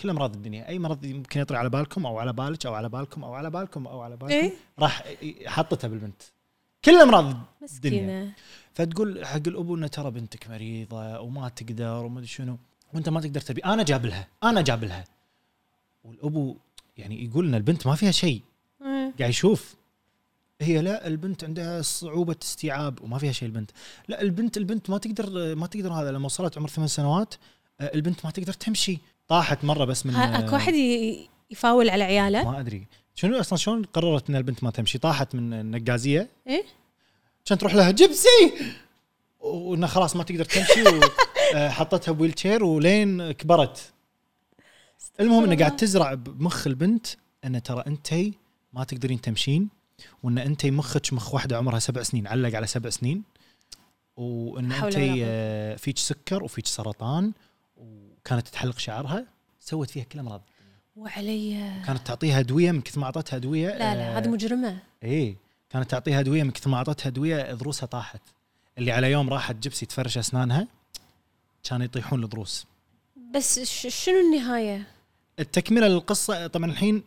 Speaker 2: كل امراض الدنيا اي مرض يمكن يطري على بالكم او على بالك او على بالكم او على بالكم او على بالكم
Speaker 1: إيه.
Speaker 2: راح حطتها بالبنت كل امراض الدنيا
Speaker 1: مسكينه
Speaker 2: فتقول حق الابو انه ترى بنتك مريضه وما تقدر وما ادري شنو وانت ما تقدر تبي انا جاب لها انا جاب لها والابو يعني يقول ان البنت ما فيها شيء
Speaker 1: مم.
Speaker 2: قاعد يشوف هي لا البنت عندها صعوبة استيعاب وما فيها شيء البنت لا البنت البنت ما تقدر ما تقدر هذا لما وصلت عمر ثمان سنوات آه، البنت ما تقدر تمشي طاحت مرة بس من آه،
Speaker 1: ها- اكو واحد ي- يفاول على عياله
Speaker 2: ما أدري شنو أصلا شلون قررت أن البنت ما تمشي طاحت من النقازية
Speaker 1: ايه
Speaker 2: عشان تروح لها جبسي وانه خلاص ما تقدر تمشي وحطتها بويل تشير ولين كبرت المهم انه قاعد تزرع بمخ البنت ان ترى انتي ما تقدرين تمشين وان انتي مخك مخ واحده عمرها سبع سنين علق على سبع سنين وان
Speaker 1: حول
Speaker 2: انت
Speaker 1: ولا قوة.
Speaker 2: آه، فيك سكر وفيك سرطان وكانت تحلق شعرها سوت فيها كل امراض
Speaker 1: وعلي
Speaker 2: كانت تعطيها ادويه من كثر ما اعطتها ادويه
Speaker 1: لا لا
Speaker 2: آه.
Speaker 1: هذه مجرمه
Speaker 2: اي إيه. كانت تعطيها ادويه من كثر ما اعطتها ادويه ضروسها طاحت اللي على يوم راحت جبسي تفرش اسنانها كان يطيحون الضروس
Speaker 1: بس ش- شنو النهايه؟
Speaker 2: التكمله للقصه طبعا الحين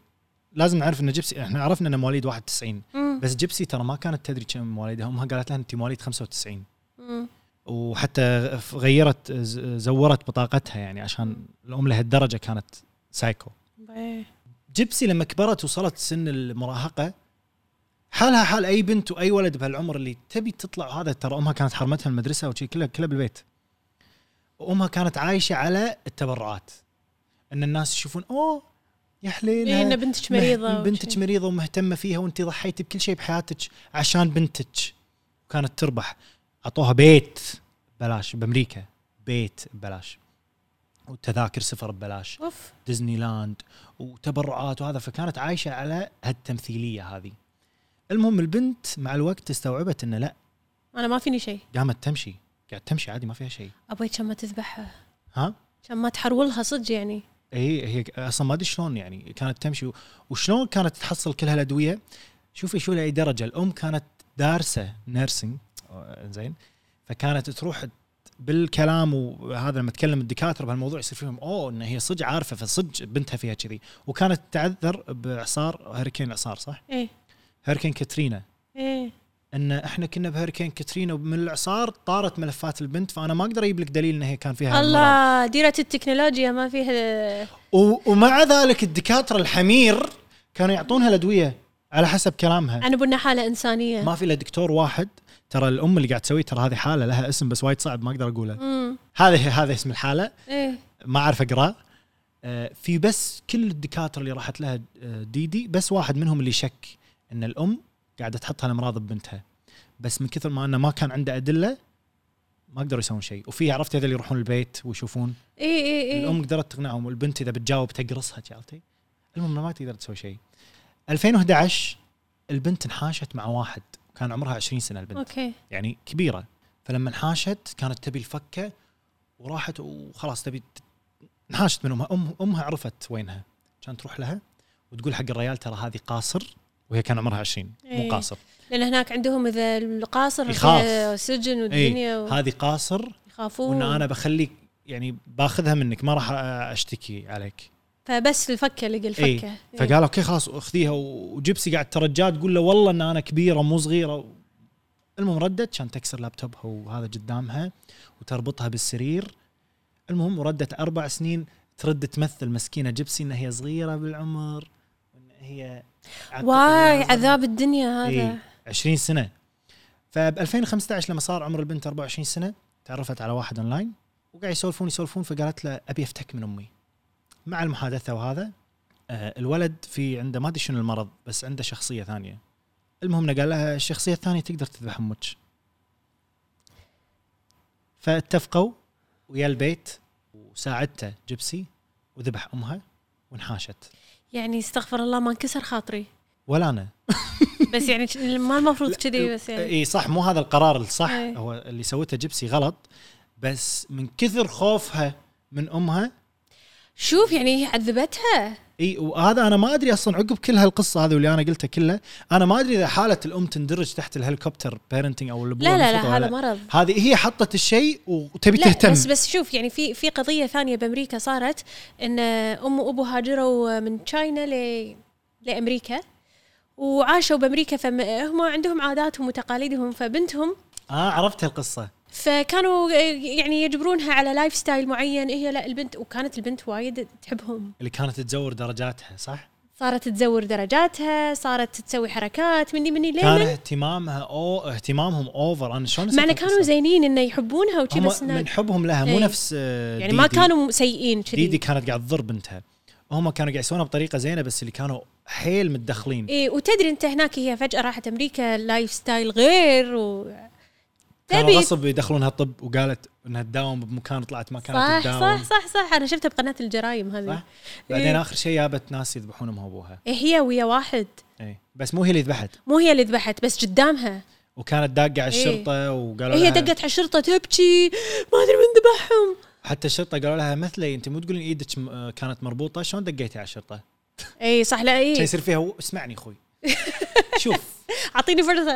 Speaker 2: لازم نعرف ان جبسي احنا عرفنا ان مواليد 91
Speaker 1: مم.
Speaker 2: بس جبسي ترى ما كانت تدري كم مواليدها امها قالت لها انت مواليد 95
Speaker 1: مم.
Speaker 2: وحتى غيرت ز- زورت بطاقتها يعني عشان الام لهالدرجه كانت سايكو
Speaker 1: بيه.
Speaker 2: جيبسي لما كبرت وصلت سن المراهقه حالها حال اي بنت واي ولد بهالعمر اللي تبي تطلع هذا ترى امها كانت حرمتها المدرسه وشي كلها كلها بالبيت وامها كانت عايشه على التبرعات ان الناس يشوفون اوه يا حليلة
Speaker 1: إيه، إن بنتك مريضة
Speaker 2: مه- بنتك
Speaker 1: وشي.
Speaker 2: مريضه ومهتمه فيها وانت ضحيتي بكل شيء بحياتك عشان بنتك وكانت تربح اعطوها بيت ببلاش بامريكا بيت ببلاش وتذاكر سفر ببلاش
Speaker 1: اوف
Speaker 2: ديزني لاند وتبرعات وهذا فكانت عايشه على هالتمثيليه هذه. المهم البنت مع الوقت استوعبت انه لا
Speaker 1: انا ما فيني شيء
Speaker 2: قامت تمشي قاعد تمشي عادي ما فيها شيء
Speaker 1: ابيت كم ما تذبحها
Speaker 2: ها؟
Speaker 1: كم ما تحرولها صدق يعني
Speaker 2: اي هي اصلا ما ادري شلون يعني كانت تمشي و- وشلون كانت تحصل كل هالادويه شوفي شو لاي درجه الام كانت دارسه نيرسينج زين فكانت تروح بالكلام وهذا لما تكلم الدكاتره بهالموضوع يصير فيهم اوه ان هي صدق عارفه فصدق بنتها فيها كذي وكانت تعذر باعصار هركين اعصار صح؟
Speaker 1: ايه
Speaker 2: هركين كاترينا
Speaker 1: ايه
Speaker 2: ان احنا كنا بهركين كاترينا ومن الاعصار طارت ملفات البنت فانا ما اقدر اجيب لك دليل ان هي كان فيها المرض.
Speaker 1: الله ديرة التكنولوجيا ما فيها
Speaker 2: و- ومع ذلك الدكاتره الحمير كانوا يعطونها الادويه على حسب كلامها
Speaker 1: انا بنا حاله انسانيه
Speaker 2: ما في الا دكتور واحد ترى الام اللي قاعد تسويه ترى هذه حاله لها اسم بس وايد صعب ما اقدر اقوله
Speaker 1: امم
Speaker 2: هذا هذا اسم الحاله
Speaker 1: ايه
Speaker 2: ما اعرف اقراه آه، في بس كل الدكاتره اللي راحت لها آه، ديدي بس واحد منهم اللي شك ان الام قاعده تحط هالامراض ببنتها بس من كثر ما انه ما كان عنده ادله ما قدروا يسوون شيء وفي عرفت هذول يروحون البيت ويشوفون
Speaker 1: ايه ايه ايه
Speaker 2: الام قدرت تقنعهم والبنت اذا بتجاوب تقرصها عرفتي المهم إنها ما تقدر تسوي شيء 2011 البنت انحاشت مع واحد كان عمرها 20 سنه البنت
Speaker 1: اوكي
Speaker 2: يعني كبيره فلما انحاشت كانت تبي الفكه وراحت وخلاص تبي ت- انحاشت من امها أم امها عرفت وينها كان تروح لها وتقول حق الريال ترى هذه قاصر وهي كان عمرها 20 مو
Speaker 1: إيه.
Speaker 2: قاصر
Speaker 1: لان هناك عندهم اذا القاصر
Speaker 2: يخاف.
Speaker 1: فيها سجن
Speaker 2: اي
Speaker 1: والدنيا و-
Speaker 2: إيه، هذه قاصر وان
Speaker 1: يخافون
Speaker 2: انا بخليك يعني باخذها منك ما راح اشتكي عليك
Speaker 1: فبس الفكه لقى
Speaker 2: إيه.
Speaker 1: الفكه إيه.
Speaker 2: فقال اوكي خلاص اخذيها وجبسي قاعد ترجاه تقول له والله ان انا كبيره مو صغيره المهم ردت كان تكسر لابتوبها وهذا قدامها وتربطها بالسرير المهم وردت اربع سنين ترد تمثل مسكينه جبسي ان هي صغيره بالعمر وان هي عقل
Speaker 1: واي
Speaker 2: لازم.
Speaker 1: عذاب الدنيا هذا
Speaker 2: إيه، 20 سنه فب 2015 لما صار عمر البنت 24 سنه تعرفت على واحد اونلاين وقاعد يسولفون يسولفون فقالت له ابي افتك من امي مع المحادثه وهذا آه، الولد في عنده ما ادري شنو المرض بس عنده شخصيه ثانيه المهم إنه قال لها الشخصيه الثانيه تقدر تذبح امك فاتفقوا ويا البيت وساعدته جبسي وذبح امها وانحاشت
Speaker 1: يعني استغفر الله ما انكسر خاطري
Speaker 2: ولا انا
Speaker 1: بس يعني ش- ما المفروض كذي بس يعني إيه.
Speaker 2: اي إيه، صح مو هذا القرار الصح
Speaker 1: إي.
Speaker 2: هو اللي سوته جيبسي غلط بس من كثر خوفها من امها
Speaker 1: شوف يعني هي عذبتها
Speaker 2: اي وهذا انا ما ادري اصلا عقب كل هالقصه هذه واللي انا قلتها كلها انا ما ادري اذا حاله الام تندرج تحت الهليكوبتر بيرنتنج او الابوه
Speaker 1: لا لا لا
Speaker 2: المفرطة ولا
Speaker 1: هذا مرض
Speaker 2: هذه هي حطت الشيء وتبي
Speaker 1: لا
Speaker 2: تهتم
Speaker 1: بس بس شوف يعني في في قضيه ثانيه بامريكا صارت ان ام وابو هاجروا من تشاينا ل لامريكا وعاشوا بامريكا فهم عندهم عاداتهم وتقاليدهم فبنتهم
Speaker 2: اه عرفت هالقصه
Speaker 1: فكانوا يعني يجبرونها على لايف ستايل معين هي لا البنت وكانت البنت وايد تحبهم
Speaker 2: اللي كانت تزور درجاتها صح؟
Speaker 1: صارت تزور درجاتها صارت تسوي حركات مني مني
Speaker 2: كان
Speaker 1: لين
Speaker 2: اهتمامها او اهتمامهم اوفر انا شلون
Speaker 1: مع
Speaker 2: نسيت
Speaker 1: إن كانوا
Speaker 2: هالقصة؟
Speaker 1: زينين انه يحبونها وشي
Speaker 2: هم
Speaker 1: بس إنه-
Speaker 2: من حبهم لها مو
Speaker 1: إي.
Speaker 2: نفس آه،
Speaker 1: يعني ما
Speaker 2: ديدي.
Speaker 1: كانوا سيئين
Speaker 2: ديدي
Speaker 1: كذي
Speaker 2: كانت قاعد تضرب بنتها هم كانوا قاعد يسوونها بطريقه زينه بس اللي كانوا حيل متدخلين
Speaker 1: إيه وتدري انت هناك هي فجاه راحت امريكا لايف ستايل غير و
Speaker 2: كانوا
Speaker 1: تبي
Speaker 2: غصب يدخلونها الطب وقالت انها تداوم بمكان طلعت ما كانت
Speaker 1: صح
Speaker 2: تداوم
Speaker 1: صح صح صح انا شفتها بقناه الجرايم هذه
Speaker 2: صح؟ بعدين
Speaker 1: إيه.
Speaker 2: اخر شيء جابت ناس يذبحون امها وابوها
Speaker 1: إيه هي ويا واحد
Speaker 2: اي بس مو هي اللي ذبحت
Speaker 1: مو هي اللي ذبحت بس قدامها
Speaker 2: وكانت داقه على الشرطه وقالوا
Speaker 1: إيه. هي
Speaker 2: لها-
Speaker 1: دقت على الشرطه تبكي ما ادري من ذبحهم
Speaker 2: حتى الشرطه قالوا لها مثلي انت مو تقولين ايدك م- آه، كانت مربوطه شلون دقيتي على الشرطه؟
Speaker 1: إيه. اي صح لا إيه.
Speaker 2: كان
Speaker 1: اي
Speaker 2: يصير فيها و- اسمعني اخوي شوف
Speaker 1: اعطيني فرصه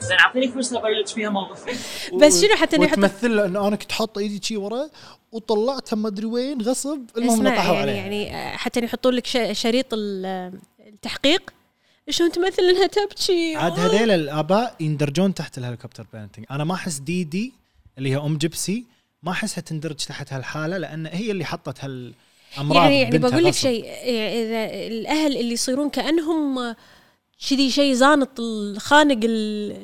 Speaker 6: زين اعطيني فرصه ابلش فيها موقفين
Speaker 1: بس شنو حتى إني أحط-
Speaker 2: وتمثل له انه انا كنت حاطه ايدي شي ورا وطلعتها ما ادري وين غصب المهم
Speaker 1: اسمع،
Speaker 2: نطحوا
Speaker 1: يعني
Speaker 2: عليها
Speaker 1: يعني آه، حتى يحطون لك ش- شريط ال- التحقيق شلون تمثل انها تبكي
Speaker 2: عاد هذيل الاباء يندرجون تحت الهليكوبتر بيرنتنج انا ما احس دي دي اللي هي ام جبسي ما احسها تندرج تحت هالحاله لان هي اللي حطت هالامراض
Speaker 1: يعني يعني
Speaker 2: ببنتها
Speaker 1: بقول لك
Speaker 2: غصب.
Speaker 1: شيء يعني اذا الاهل اللي يصيرون كانهم كذي شيء زانط الخانق ال...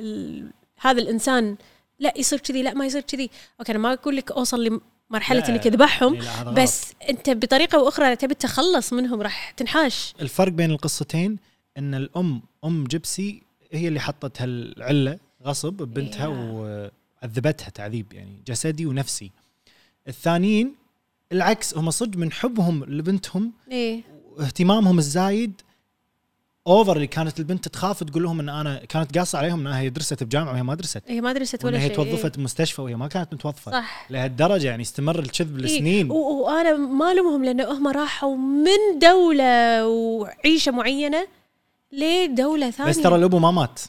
Speaker 1: ال... هذا الانسان لا يصير كذي لا ما يصير كذي اوكي انا ما اقول لك اوصل لمرحله
Speaker 2: لا،
Speaker 1: انك تذبحهم
Speaker 2: يعني لا، هذا غلط.
Speaker 1: بس انت بطريقه او اخرى تبي تتخلص منهم راح تنحاش
Speaker 2: الفرق بين القصتين ان الام ام جبسي هي اللي حطت هالعله غصب ببنتها
Speaker 1: إيه.
Speaker 2: وعذبتها تعذيب يعني جسدي ونفسي الثانيين العكس هم صدق من حبهم لبنتهم
Speaker 1: ايه
Speaker 2: واهتمامهم الزايد اوفر اللي كانت البنت تخاف تقول لهم ان انا كانت قاصه عليهم انها هي درست بجامعه وهي ما درست
Speaker 1: هي ما درست
Speaker 2: وان
Speaker 1: ولا
Speaker 2: هي
Speaker 1: شيء إيه.
Speaker 2: توظفت بمستشفى وهي ما كانت متوظفه
Speaker 1: صح
Speaker 2: لهالدرجه يعني استمر الكذب
Speaker 1: إيه،
Speaker 2: لسنين
Speaker 1: و- وانا ما الومهم لانه هم راحوا من دوله وعيشه معينه لدوله ثانيه
Speaker 2: بس ترى الابو ما مات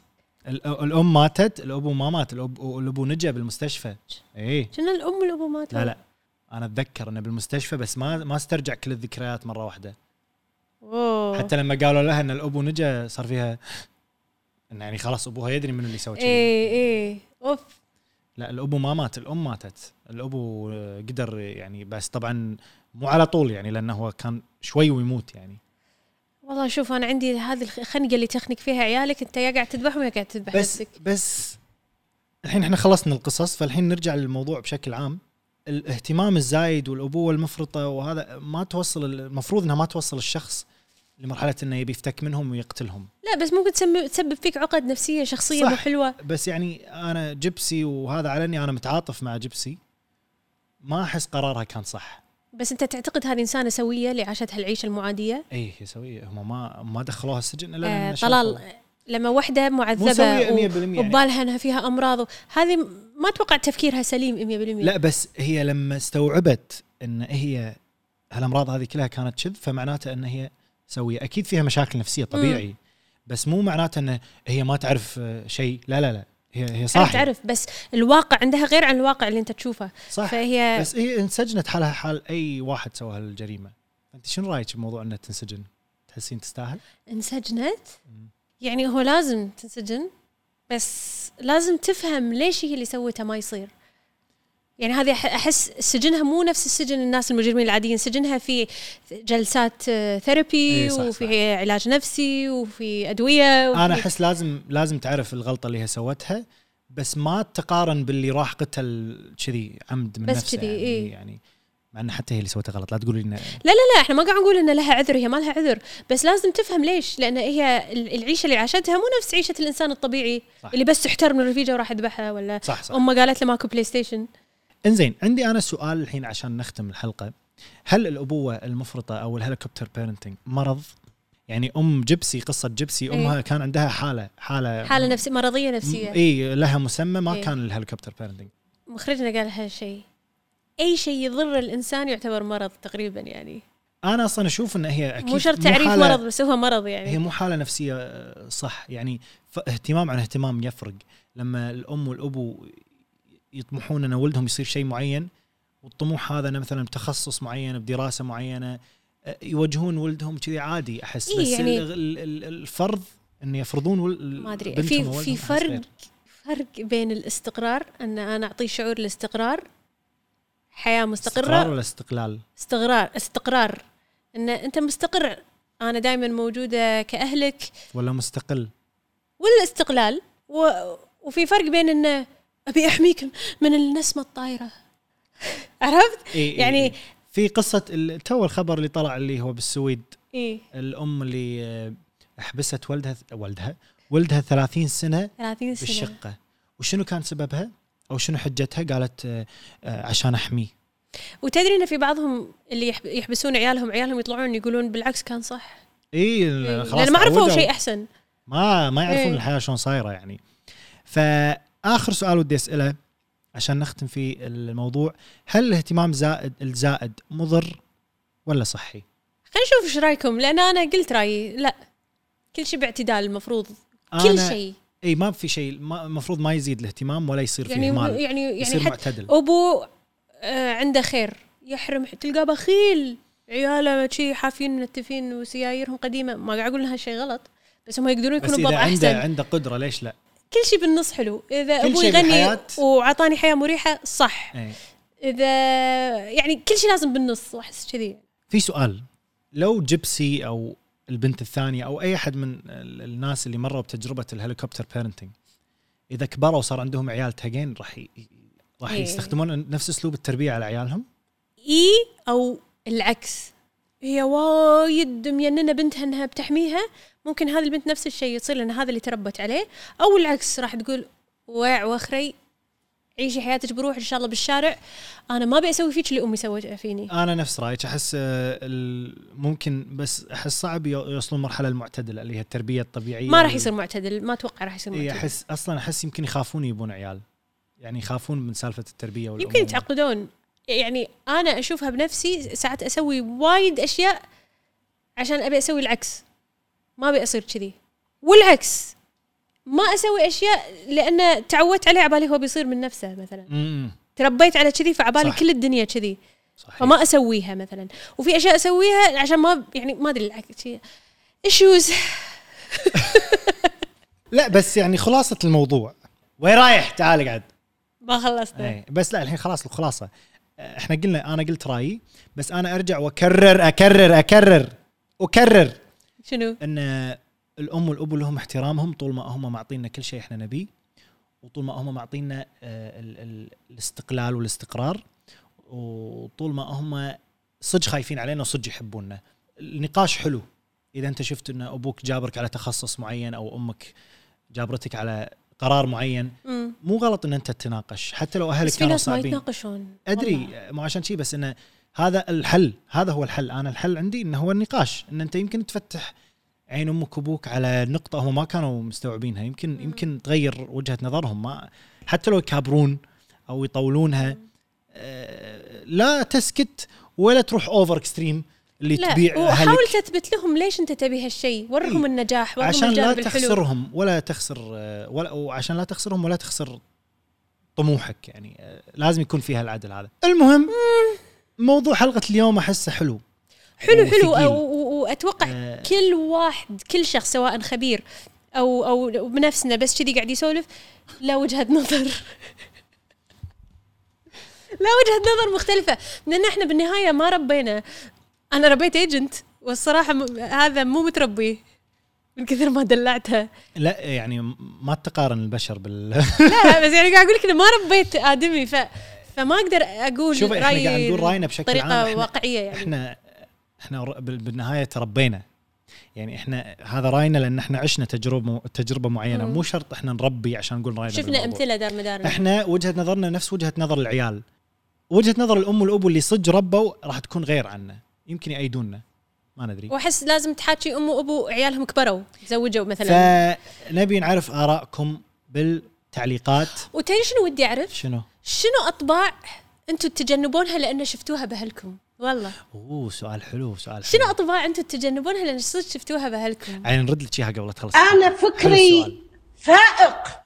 Speaker 2: ال- الام ماتت الابو ما مات الأب- الابو نجا بالمستشفى اي
Speaker 1: شنو الام والابو ماتوا
Speaker 2: لا لا انا اتذكر انه بالمستشفى بس ما ما استرجع كل الذكريات مره واحده
Speaker 1: أوه.
Speaker 2: حتى لما قالوا لها ان الابو نجا صار فيها انه يعني خلاص ابوها يدري من اللي سوى كذي
Speaker 1: ايه ايه اوف
Speaker 2: لا الابو ما مات الام ماتت الابو آه، قدر يعني بس طبعا مو على طول يعني لانه هو كان شوي ويموت يعني
Speaker 1: والله شوف انا عندي هذه الخ- الخنقه اللي تخنق فيها عيالك انت يا قاعد تذبحهم يا قاعد تذبح
Speaker 2: بس
Speaker 1: نفسك
Speaker 2: بس الحين احنا خلصنا القصص فالحين نرجع للموضوع بشكل عام الاهتمام الزايد والابوه المفرطه وهذا ما توصل المفروض انها ما توصل الشخص لمرحله انه يبي يفتك منهم ويقتلهم
Speaker 1: لا بس ممكن تسمي تسبب فيك عقد نفسيه شخصيه
Speaker 2: صح.
Speaker 1: مو حلوه
Speaker 2: بس يعني انا جبسي وهذا على اني انا متعاطف مع جبسي ما احس قرارها كان صح
Speaker 1: بس انت تعتقد هذه انسانه سويه اللي عاشت هالعيشه المعاديه
Speaker 2: اي هي سويه إيه هم ما ما دخلوها السجن الا
Speaker 1: آه
Speaker 2: لأن
Speaker 1: طلال
Speaker 2: شافوا-
Speaker 1: لما وحده
Speaker 2: مو سويه
Speaker 1: معذبه
Speaker 2: 100%
Speaker 1: و-
Speaker 2: يعني.
Speaker 1: وببالها انها فيها امراض و- هذه م- ما اتوقع تفكيرها سليم 100%
Speaker 2: لا بس هي لما استوعبت ان هي هالامراض هذه كلها كانت كذب فمعناته ان هي سويه اكيد فيها مشاكل نفسيه طبيعي مم. بس مو معناته ان هي ما تعرف آه، شيء لا لا لا هي هي
Speaker 1: صح
Speaker 2: صاحيه
Speaker 1: تعرف بس الواقع عندها غير عن الواقع اللي انت تشوفه
Speaker 2: صح
Speaker 1: فهي
Speaker 2: بس هي انسجنت حالها حال اي واحد سوى هالجريمه انت شنو رايك بموضوع انها تنسجن تحسين تستاهل
Speaker 1: انسجنت يعني هو لازم تنسجن بس لازم تفهم ليش هي اللي سوته ما يصير يعني هذه أح- احس سجنها مو نفس السجن الناس المجرمين العاديين سجنها في جلسات
Speaker 2: إيه،
Speaker 1: ثيرابي
Speaker 2: صح، صح.
Speaker 1: وفي علاج نفسي وفي ادويه وفي
Speaker 2: انا احس لازم لازم تعرف الغلطه اللي هي سوتها بس ما تقارن باللي راح قتل كذي عمد من
Speaker 1: بس
Speaker 2: نفسه
Speaker 1: كذي،
Speaker 2: يعني,
Speaker 1: إيه.
Speaker 2: يعني مع ان حتى هي اللي سوتها غلط لا تقولي انه
Speaker 1: لا لا لا احنا ما قاعد نقول ان لها عذر هي ما لها عذر بس لازم تفهم ليش لان هي ال- العيشه اللي عاشتها مو نفس عيشه الانسان الطبيعي
Speaker 2: صح.
Speaker 1: صح. اللي بس احتر من رفيجه وراح يذبحها ولا
Speaker 2: صح صح
Speaker 1: امه قالت له ماكو بلاي ستيشن
Speaker 2: انزين عندي انا سؤال الحين عشان نختم الحلقه هل الابوه المفرطه او الهليكوبتر بيرنتنج مرض يعني ام جبسي قصه جبسي امها
Speaker 1: إيه.
Speaker 2: كان عندها حاله حاله
Speaker 1: حاله نفسيه مرضيه نفسيه
Speaker 2: اي لها مسمى ما
Speaker 1: إيه.
Speaker 2: كان الهليكوبتر بيرنتنج
Speaker 1: مخرجنا قال هالشيء اي شيء يضر الانسان يعتبر مرض تقريبا يعني
Speaker 2: انا اصلا اشوف ان هي اكيد
Speaker 1: مو شرط تعريف
Speaker 2: حالة-
Speaker 1: مرض بس هو مرض يعني
Speaker 2: هي مو حاله نفسيه آه، صح يعني ف- اهتمام عن اهتمام يفرق لما الام والابو يطمحون ان ولدهم يصير شيء معين والطموح هذا انه مثلا بتخصص معين بدراسه معينه آه، يوجهون ولدهم كذي عادي احس
Speaker 1: إيه
Speaker 2: بس يعني
Speaker 1: يعني-
Speaker 2: الفرض ان يفرضون ول...
Speaker 1: ما ادري
Speaker 2: بنتهم
Speaker 1: في
Speaker 2: وولدهم
Speaker 1: في
Speaker 2: أحس
Speaker 1: فرق
Speaker 2: غير.
Speaker 1: فرق بين الاستقرار ان انا اعطيه شعور الاستقرار حياه مستقره
Speaker 2: استقرار ولا استقلال
Speaker 1: استقرار استقرار ان انت مستقر انا دائما موجوده كاهلك
Speaker 2: ولا مستقل
Speaker 1: والاستقلال و... وفي فرق بين انه ابي احميك من النسمه الطايره عرفت؟
Speaker 2: إيه
Speaker 1: يعني
Speaker 2: في قصه ال- تو الخبر اللي طلع اللي هو بالسويد
Speaker 1: ايه
Speaker 2: الام اللي آه، حبست ولدها ولدها ولدها 30 سنه
Speaker 1: 30 سنه
Speaker 2: بالشقه وشنو كان سببها او شنو حجتها قالت آه، آه، عشان احميه
Speaker 1: وتدري ان في بعضهم اللي يحب- يحبسون عيالهم عيالهم يطلعون يقولون بالعكس كان صح
Speaker 2: اي إيه،
Speaker 1: لان ما عرفوا شيء احسن
Speaker 2: ما ما يعرفون
Speaker 1: إيه.
Speaker 2: الحياه شلون صايره يعني فاخر سؤال ودي اساله عشان نختم في الموضوع هل الاهتمام زائد الزائد مضر ولا صحي؟
Speaker 1: خلينا نشوف ايش رايكم لان انا قلت رايي لا كل شيء باعتدال المفروض كل
Speaker 2: أنا-
Speaker 1: شيء
Speaker 2: اي ما في شيء ما- المفروض ما يزيد الاهتمام ولا يصير فيه
Speaker 1: يعني
Speaker 2: مال
Speaker 1: يعني يعني
Speaker 2: يصير
Speaker 1: حتى
Speaker 2: معتدل
Speaker 1: ابو آه عنده خير يحرم تلقاه بخيل عياله شي حافين منتفين وسيايرهم قديمه ما قاعد اقول لها شيء غلط بس هم يقدرون
Speaker 2: بس
Speaker 1: يكونوا بوضع
Speaker 2: اذا عنده
Speaker 1: احسن
Speaker 2: عنده قدره ليش لا؟
Speaker 1: كل شيء بالنص حلو اذا
Speaker 2: كل
Speaker 1: ابوي
Speaker 2: شيء
Speaker 1: يغني
Speaker 2: بالحياة.
Speaker 1: وعطاني حياه مريحه صح
Speaker 2: اي.
Speaker 1: اذا يعني كل شيء لازم بالنص واحس كذي
Speaker 2: في سؤال لو جيبسي او البنت الثانيه او اي احد من ال- الناس اللي مروا بتجربه الهليكوبتر بيرنتنج اذا كبروا وصار عندهم عيال تاجين راح ي- راح
Speaker 1: إيه.
Speaker 2: يستخدمون نفس اسلوب التربيه على عيالهم
Speaker 1: اي او العكس هي وايد مجننه بنتها انها بتحميها ممكن هذه البنت نفس الشيء يصير لها هذا اللي تربت عليه او العكس راح تقول وع وخري عيشي حياتك بروح ان شاء الله بالشارع انا ما ابي اسوي فيك اللي امي سوتها فيني
Speaker 2: انا نفس رايك احس آه، ال- ممكن بس احس صعب يو- يوصلون مرحله المعتدله اللي هي إيه، التربيه الطبيعيه
Speaker 1: ما راح يصير معتدل ما اتوقع راح يصير
Speaker 2: اي
Speaker 1: معتدل
Speaker 2: احس اصلا احس يمكن يخافون يبون عيال يعني يخافون من سالفه التربيه والأمور.
Speaker 1: يمكن يتعقدون يعني انا اشوفها بنفسي ساعات اسوي وايد اشياء عشان ابي اسوي العكس ما ابي اصير كذي والعكس ما اسوي اشياء لان تعودت عليه عبالي هو بيصير من نفسه مثلا
Speaker 2: امم
Speaker 1: تربيت على كذي فعبالي
Speaker 2: صح. إيه.
Speaker 1: كل الدنيا كذي
Speaker 2: صحيح
Speaker 1: فما اسويها مثلا وفي اشياء اسويها عشان ما يعني ما ادري العكس شي- issues
Speaker 2: لا بس يعني خلاصه الموضوع وين رايح تعال اقعد
Speaker 1: ما خلصنا
Speaker 2: اي إيه، بس لا الحين خلاص الخلاصه آه، احنا قلنا انا قلت رايي بس انا ارجع واكرر اكرر اكرر اكرر
Speaker 1: شنو
Speaker 2: ان الام والاب لهم احترامهم طول ما هم معطينا كل شيء احنا نبيه وطول ما هم معطينا آه، ال- ال- الاستقلال والاستقرار وطول ما هم صدق خايفين علينا وصدق يحبوننا النقاش حلو اذا انت شفت ان ابوك جابرك على تخصص معين او امك جابرتك على قرار معين
Speaker 1: مم.
Speaker 2: مو غلط ان انت تتناقش حتى لو اهلك
Speaker 1: بس في
Speaker 2: كانوا
Speaker 1: ناس ما
Speaker 2: صعبين
Speaker 1: يتناقشون
Speaker 2: ادري
Speaker 1: والله.
Speaker 2: مو عشان شيء بس انه هذا الحل هذا هو الحل انا الحل عندي انه هو النقاش ان انت يمكن تفتح عين امك وابوك على نقطه هم ما كانوا مستوعبينها يمكن يمكن تغير وجهه نظرهم ما حتى لو يكابرون او يطولونها آه، لا تسكت ولا تروح اوفر اكستريم اللي
Speaker 1: لا
Speaker 2: تبيع اهلك
Speaker 1: وحاول تثبت لهم ليش انت تبي هالشيء ورهم
Speaker 2: إي.
Speaker 1: النجاح ورهم
Speaker 2: عشان لا
Speaker 1: الجانب الحلو
Speaker 2: تخسرهم ولا تخسر آه، ولا وعشان لا تخسرهم ولا تخسر طموحك يعني آه، لازم يكون فيها العدل هذا المهم موضوع حلقه اليوم احسه حلو
Speaker 1: حلو حلو
Speaker 2: وثقيل.
Speaker 1: أو- و- واتوقع
Speaker 2: آه.
Speaker 1: كل واحد كل شخص سواء خبير او او بنفسنا بس كذي قاعد يسولف لا وجهه نظر لا وجهه نظر مختلفه لان احنا بالنهايه ما ربينا انا ربيت ايجنت والصراحه م- هذا مو متربي من كثر ما دلعتها
Speaker 2: لا يعني ما تقارن البشر بال
Speaker 1: لا بس يعني قاعد اقول لك إنه ما ربيت ادمي ف فما اقدر اقول
Speaker 2: شوف احنا
Speaker 1: رأيي
Speaker 2: قاعد نقول راينا بشكل عام
Speaker 1: بطريقه
Speaker 2: إحنا-
Speaker 1: واقعيه يعني
Speaker 2: احنا احنا ر- بال- بالنهايه تربينا يعني احنا هذا راينا لان احنا عشنا تجربه تجربه معينه مو شرط احنا نربي عشان نقول راينا
Speaker 1: شفنا
Speaker 2: بالموضوع.
Speaker 1: امثله دار مدارنا
Speaker 2: احنا وجهه نظرنا نفس وجهه نظر العيال وجهه نظر الام والابو اللي صدق ربوا راح تكون غير عنا يمكن يأيدوننا ما ندري
Speaker 1: واحس لازم تحاكي ام وابو عيالهم كبروا تزوجوا مثلا
Speaker 2: فنبي نعرف ارائكم بالتعليقات
Speaker 1: وتدري شنو ودي اعرف؟
Speaker 2: شنو
Speaker 1: شنو اطباع انتم تجنبونها لان شفتوها باهلكم؟ والله
Speaker 2: اوه سؤال حلو سؤال حلو
Speaker 1: شنو اطباع انتم تجنبونها لان صدق شفتوها باهلكم؟
Speaker 2: يعني نرد لك اياها قبل لا تخلص
Speaker 5: أنا
Speaker 2: حلو السؤال.
Speaker 5: فكري فائق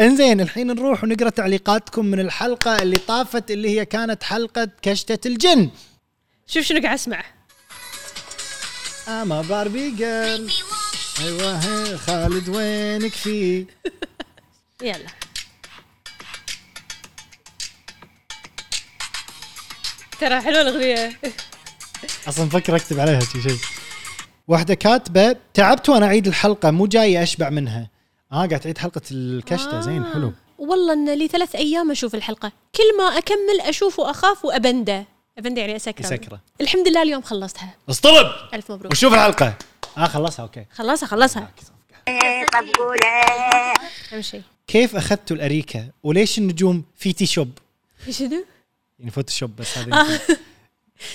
Speaker 2: انزين الحين نروح ونقرا تعليقاتكم من الحلقه اللي طافت اللي هي كانت حلقه كشتة الجن
Speaker 1: شوف شنو قاعد اسمع
Speaker 2: اما باربي جيرل ايوه هي، خالد وينك فيه
Speaker 1: يلا ترى حلوه الاغنيه
Speaker 2: اصلا مفكر اكتب عليها شي شيء واحده كاتبه تعبت وانا اعيد الحلقه مو جاي اشبع منها اه قاعد تعيد حلقه الكشته زين حلو
Speaker 1: والله ان لي ثلاث ايام اشوف الحلقه كل ما اكمل اشوف واخاف وابنده ابنده يعني اسكره
Speaker 2: يسكره.
Speaker 1: الحمد لله اليوم خلصتها
Speaker 2: اصطلب
Speaker 1: الف مبروك
Speaker 2: وشوف الحلقه اه خلصها اوكي
Speaker 1: خلصها خلصها اهم شيء
Speaker 2: كيف اخذتوا الاريكه وليش النجوم في تي شوب
Speaker 1: شنو؟ آه.
Speaker 2: يعني فوتوشوب بس هذا يمكن-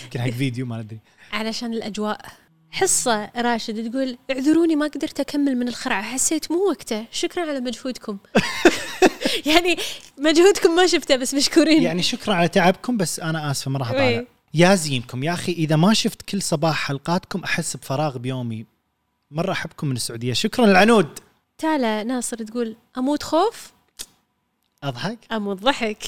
Speaker 2: يمكن حق فيديو ما ادري
Speaker 1: علشان الاجواء حصه راشد تقول اعذروني ما قدرت اكمل من الخرعه حسيت مو وقته شكرا على مجهودكم يعني مجهودكم ما شفته بس مشكورين
Speaker 2: يعني شكرا على تعبكم بس انا اسفه ما راح اطالع
Speaker 1: إيه.
Speaker 2: يا زينكم يا اخي اذا ما شفت كل صباح حلقاتكم احس بفراغ بيومي مره احبكم من السعوديه شكرا العنود
Speaker 1: تالا ناصر تقول اموت خوف
Speaker 2: اضحك
Speaker 1: اموت ضحك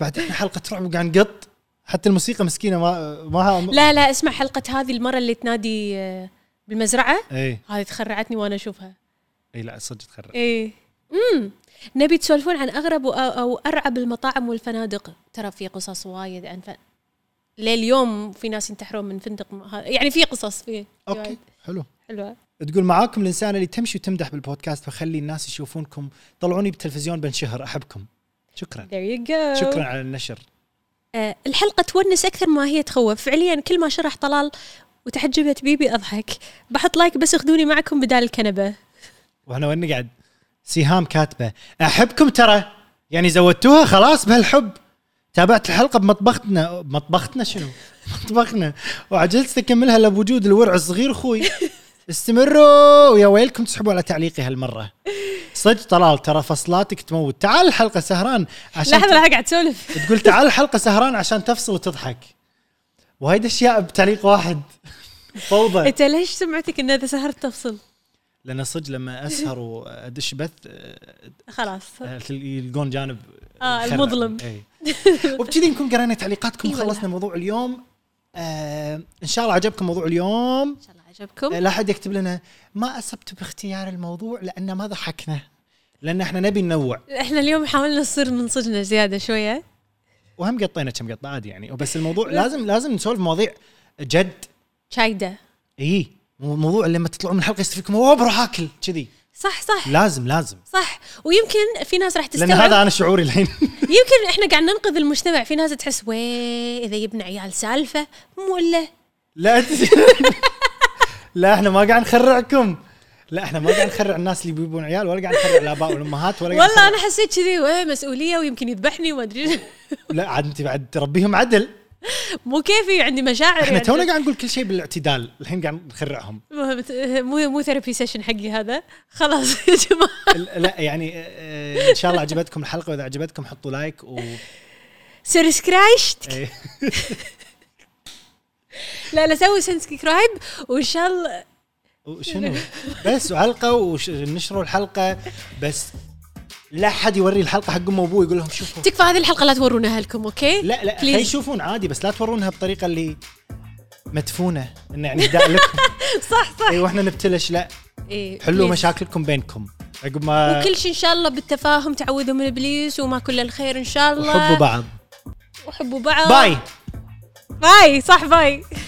Speaker 2: بعد احنا حلقه رعب وقاعد نقط حتى الموسيقى مسكينه ما ما
Speaker 1: لا لا اسمع حلقه هذه المره اللي تنادي آه، بالمزرعه
Speaker 2: اي
Speaker 1: هذه تخرعتني وانا اشوفها
Speaker 2: اي إيه، لا صدق تخرب
Speaker 1: ايه امم نبي تسولفون عن اغرب أو- او ارعب المطاعم والفنادق ترى في قصص وايد عن فن... لليوم في ناس ينتحرون من فندق م- ها- يعني في قصص في
Speaker 2: اوكي حلو
Speaker 1: حلوه
Speaker 2: تقول معاكم الانسانه اللي تمشي وتمدح بالبودكاست فخلي الناس يشوفونكم طلعوني بالتلفزيون بنشهر احبكم شكرا
Speaker 1: there you go
Speaker 2: شكرا على النشر
Speaker 1: آه الحلقه تونس اكثر ما هي تخوف فعليا كل ما شرح طلال وتحجبت بيبي اضحك بحط لايك بس اخذوني معكم بدال الكنبه
Speaker 2: واحنا وين نقعد سهام كاتبه احبكم ترى يعني زودتوها خلاص بهالحب تابعت الحلقه بمطبختنا بمطبختنا شنو مطبخنا وعجزت اكملها الا بوجود الورع الصغير اخوي استمروا ويا ويلكم تسحبوا على تعليقي هالمره صدق طلال ترى فصلاتك تموت تعال الحلقه سهران عشان
Speaker 1: لحظه لحظه قاعد تسولف
Speaker 2: تقول تعال الحلقه سهران عشان تفصل وتضحك وايد اشياء بتعليق واحد فوضى
Speaker 1: انت ليش سمعتك ان اذا سهرت تفصل
Speaker 2: لان صدق لما اسهر وادش بث أه،
Speaker 1: خلاص
Speaker 2: آه، تل- يلقون جانب
Speaker 1: طيب. آه،
Speaker 2: الخرع.
Speaker 1: المظلم.
Speaker 2: إي. وبكذي نكون قرينا تعليقاتكم
Speaker 1: إي والله.
Speaker 2: وخلصنا موضوع اليوم آه ان شاء الله عجبكم موضوع اليوم
Speaker 1: ان شاء الله عجبكم
Speaker 2: آه، لا احد يكتب لنا ما اصبت باختيار الموضوع لان ما ضحكنا لان احنا نبي ننوع
Speaker 1: احنا اليوم حاولنا نصير من صدقنا زياده شويه
Speaker 2: وهم قطينا كم قطه عادي يعني بس الموضوع لازم لازم نسولف مواضيع جد
Speaker 1: شايده
Speaker 2: اي مو- موضوع لما تطلعون من الحلقه يستفيكم اوه بروح اكل كذي
Speaker 1: صح صح
Speaker 2: لازم لازم
Speaker 1: صح ويمكن في ناس راح
Speaker 2: لان
Speaker 1: تستوعب
Speaker 2: هذا انا شعوري الحين
Speaker 1: يمكن احنا قاعد ننقذ المجتمع في ناس تحس وي اذا جبنا عيال سالفه مو الا
Speaker 2: طيب، لا أنت- لا احنا ما قاعد نخرعكم لا احنا ما قاعد نخرع الناس اللي بيبون عيال ولا قاعد نخرع الاباء والامهات ولا قاعد
Speaker 1: والله
Speaker 2: نخرع-
Speaker 1: انا حسيت كذي وي مسؤوليه ويمكن يذبحني وما ادري
Speaker 2: لا عاد انت بعد تربيهم عدل
Speaker 1: مو كيفي عندي مشاعر
Speaker 2: احنا
Speaker 1: يعني.
Speaker 2: تونا قاعد نقول كل شيء بالاعتدال الحين قاعد نخرعهم
Speaker 1: مو- مو مو ثيرابي سيشن حقي هذا خلاص يا جماعه
Speaker 2: ال- لا يعني اه، ان شاء الله عجبتكم الحلقه واذا عجبتكم حطوا لايك و
Speaker 1: سبسكرايبت
Speaker 2: ايه.
Speaker 1: لا لا سوي سبسكرايب وان شاء الله
Speaker 2: وشنو بس وحلقه ونشروا الحلقه بس لا احد يوري الحلقه حق امه وابوه يقول لهم شوفوا
Speaker 1: تكفى هذه الحلقه لا تورونا اهلكم اوكي
Speaker 2: لا لا خلي
Speaker 1: Please.
Speaker 2: يشوفون عادي بس لا تورونها بطريقه اللي مدفونه انه يعني داء لكم
Speaker 1: صح صح
Speaker 2: اي واحنا نبتلش لا
Speaker 1: إيه،
Speaker 2: حلوا
Speaker 1: please.
Speaker 2: مشاكلكم بينكم عقب ما
Speaker 1: وكل شيء ان شاء الله بالتفاهم تعوذوا من ابليس وما كل الخير ان شاء الله
Speaker 2: وحبوا بعض
Speaker 1: وحبوا بعض
Speaker 2: باي
Speaker 1: باي صح باي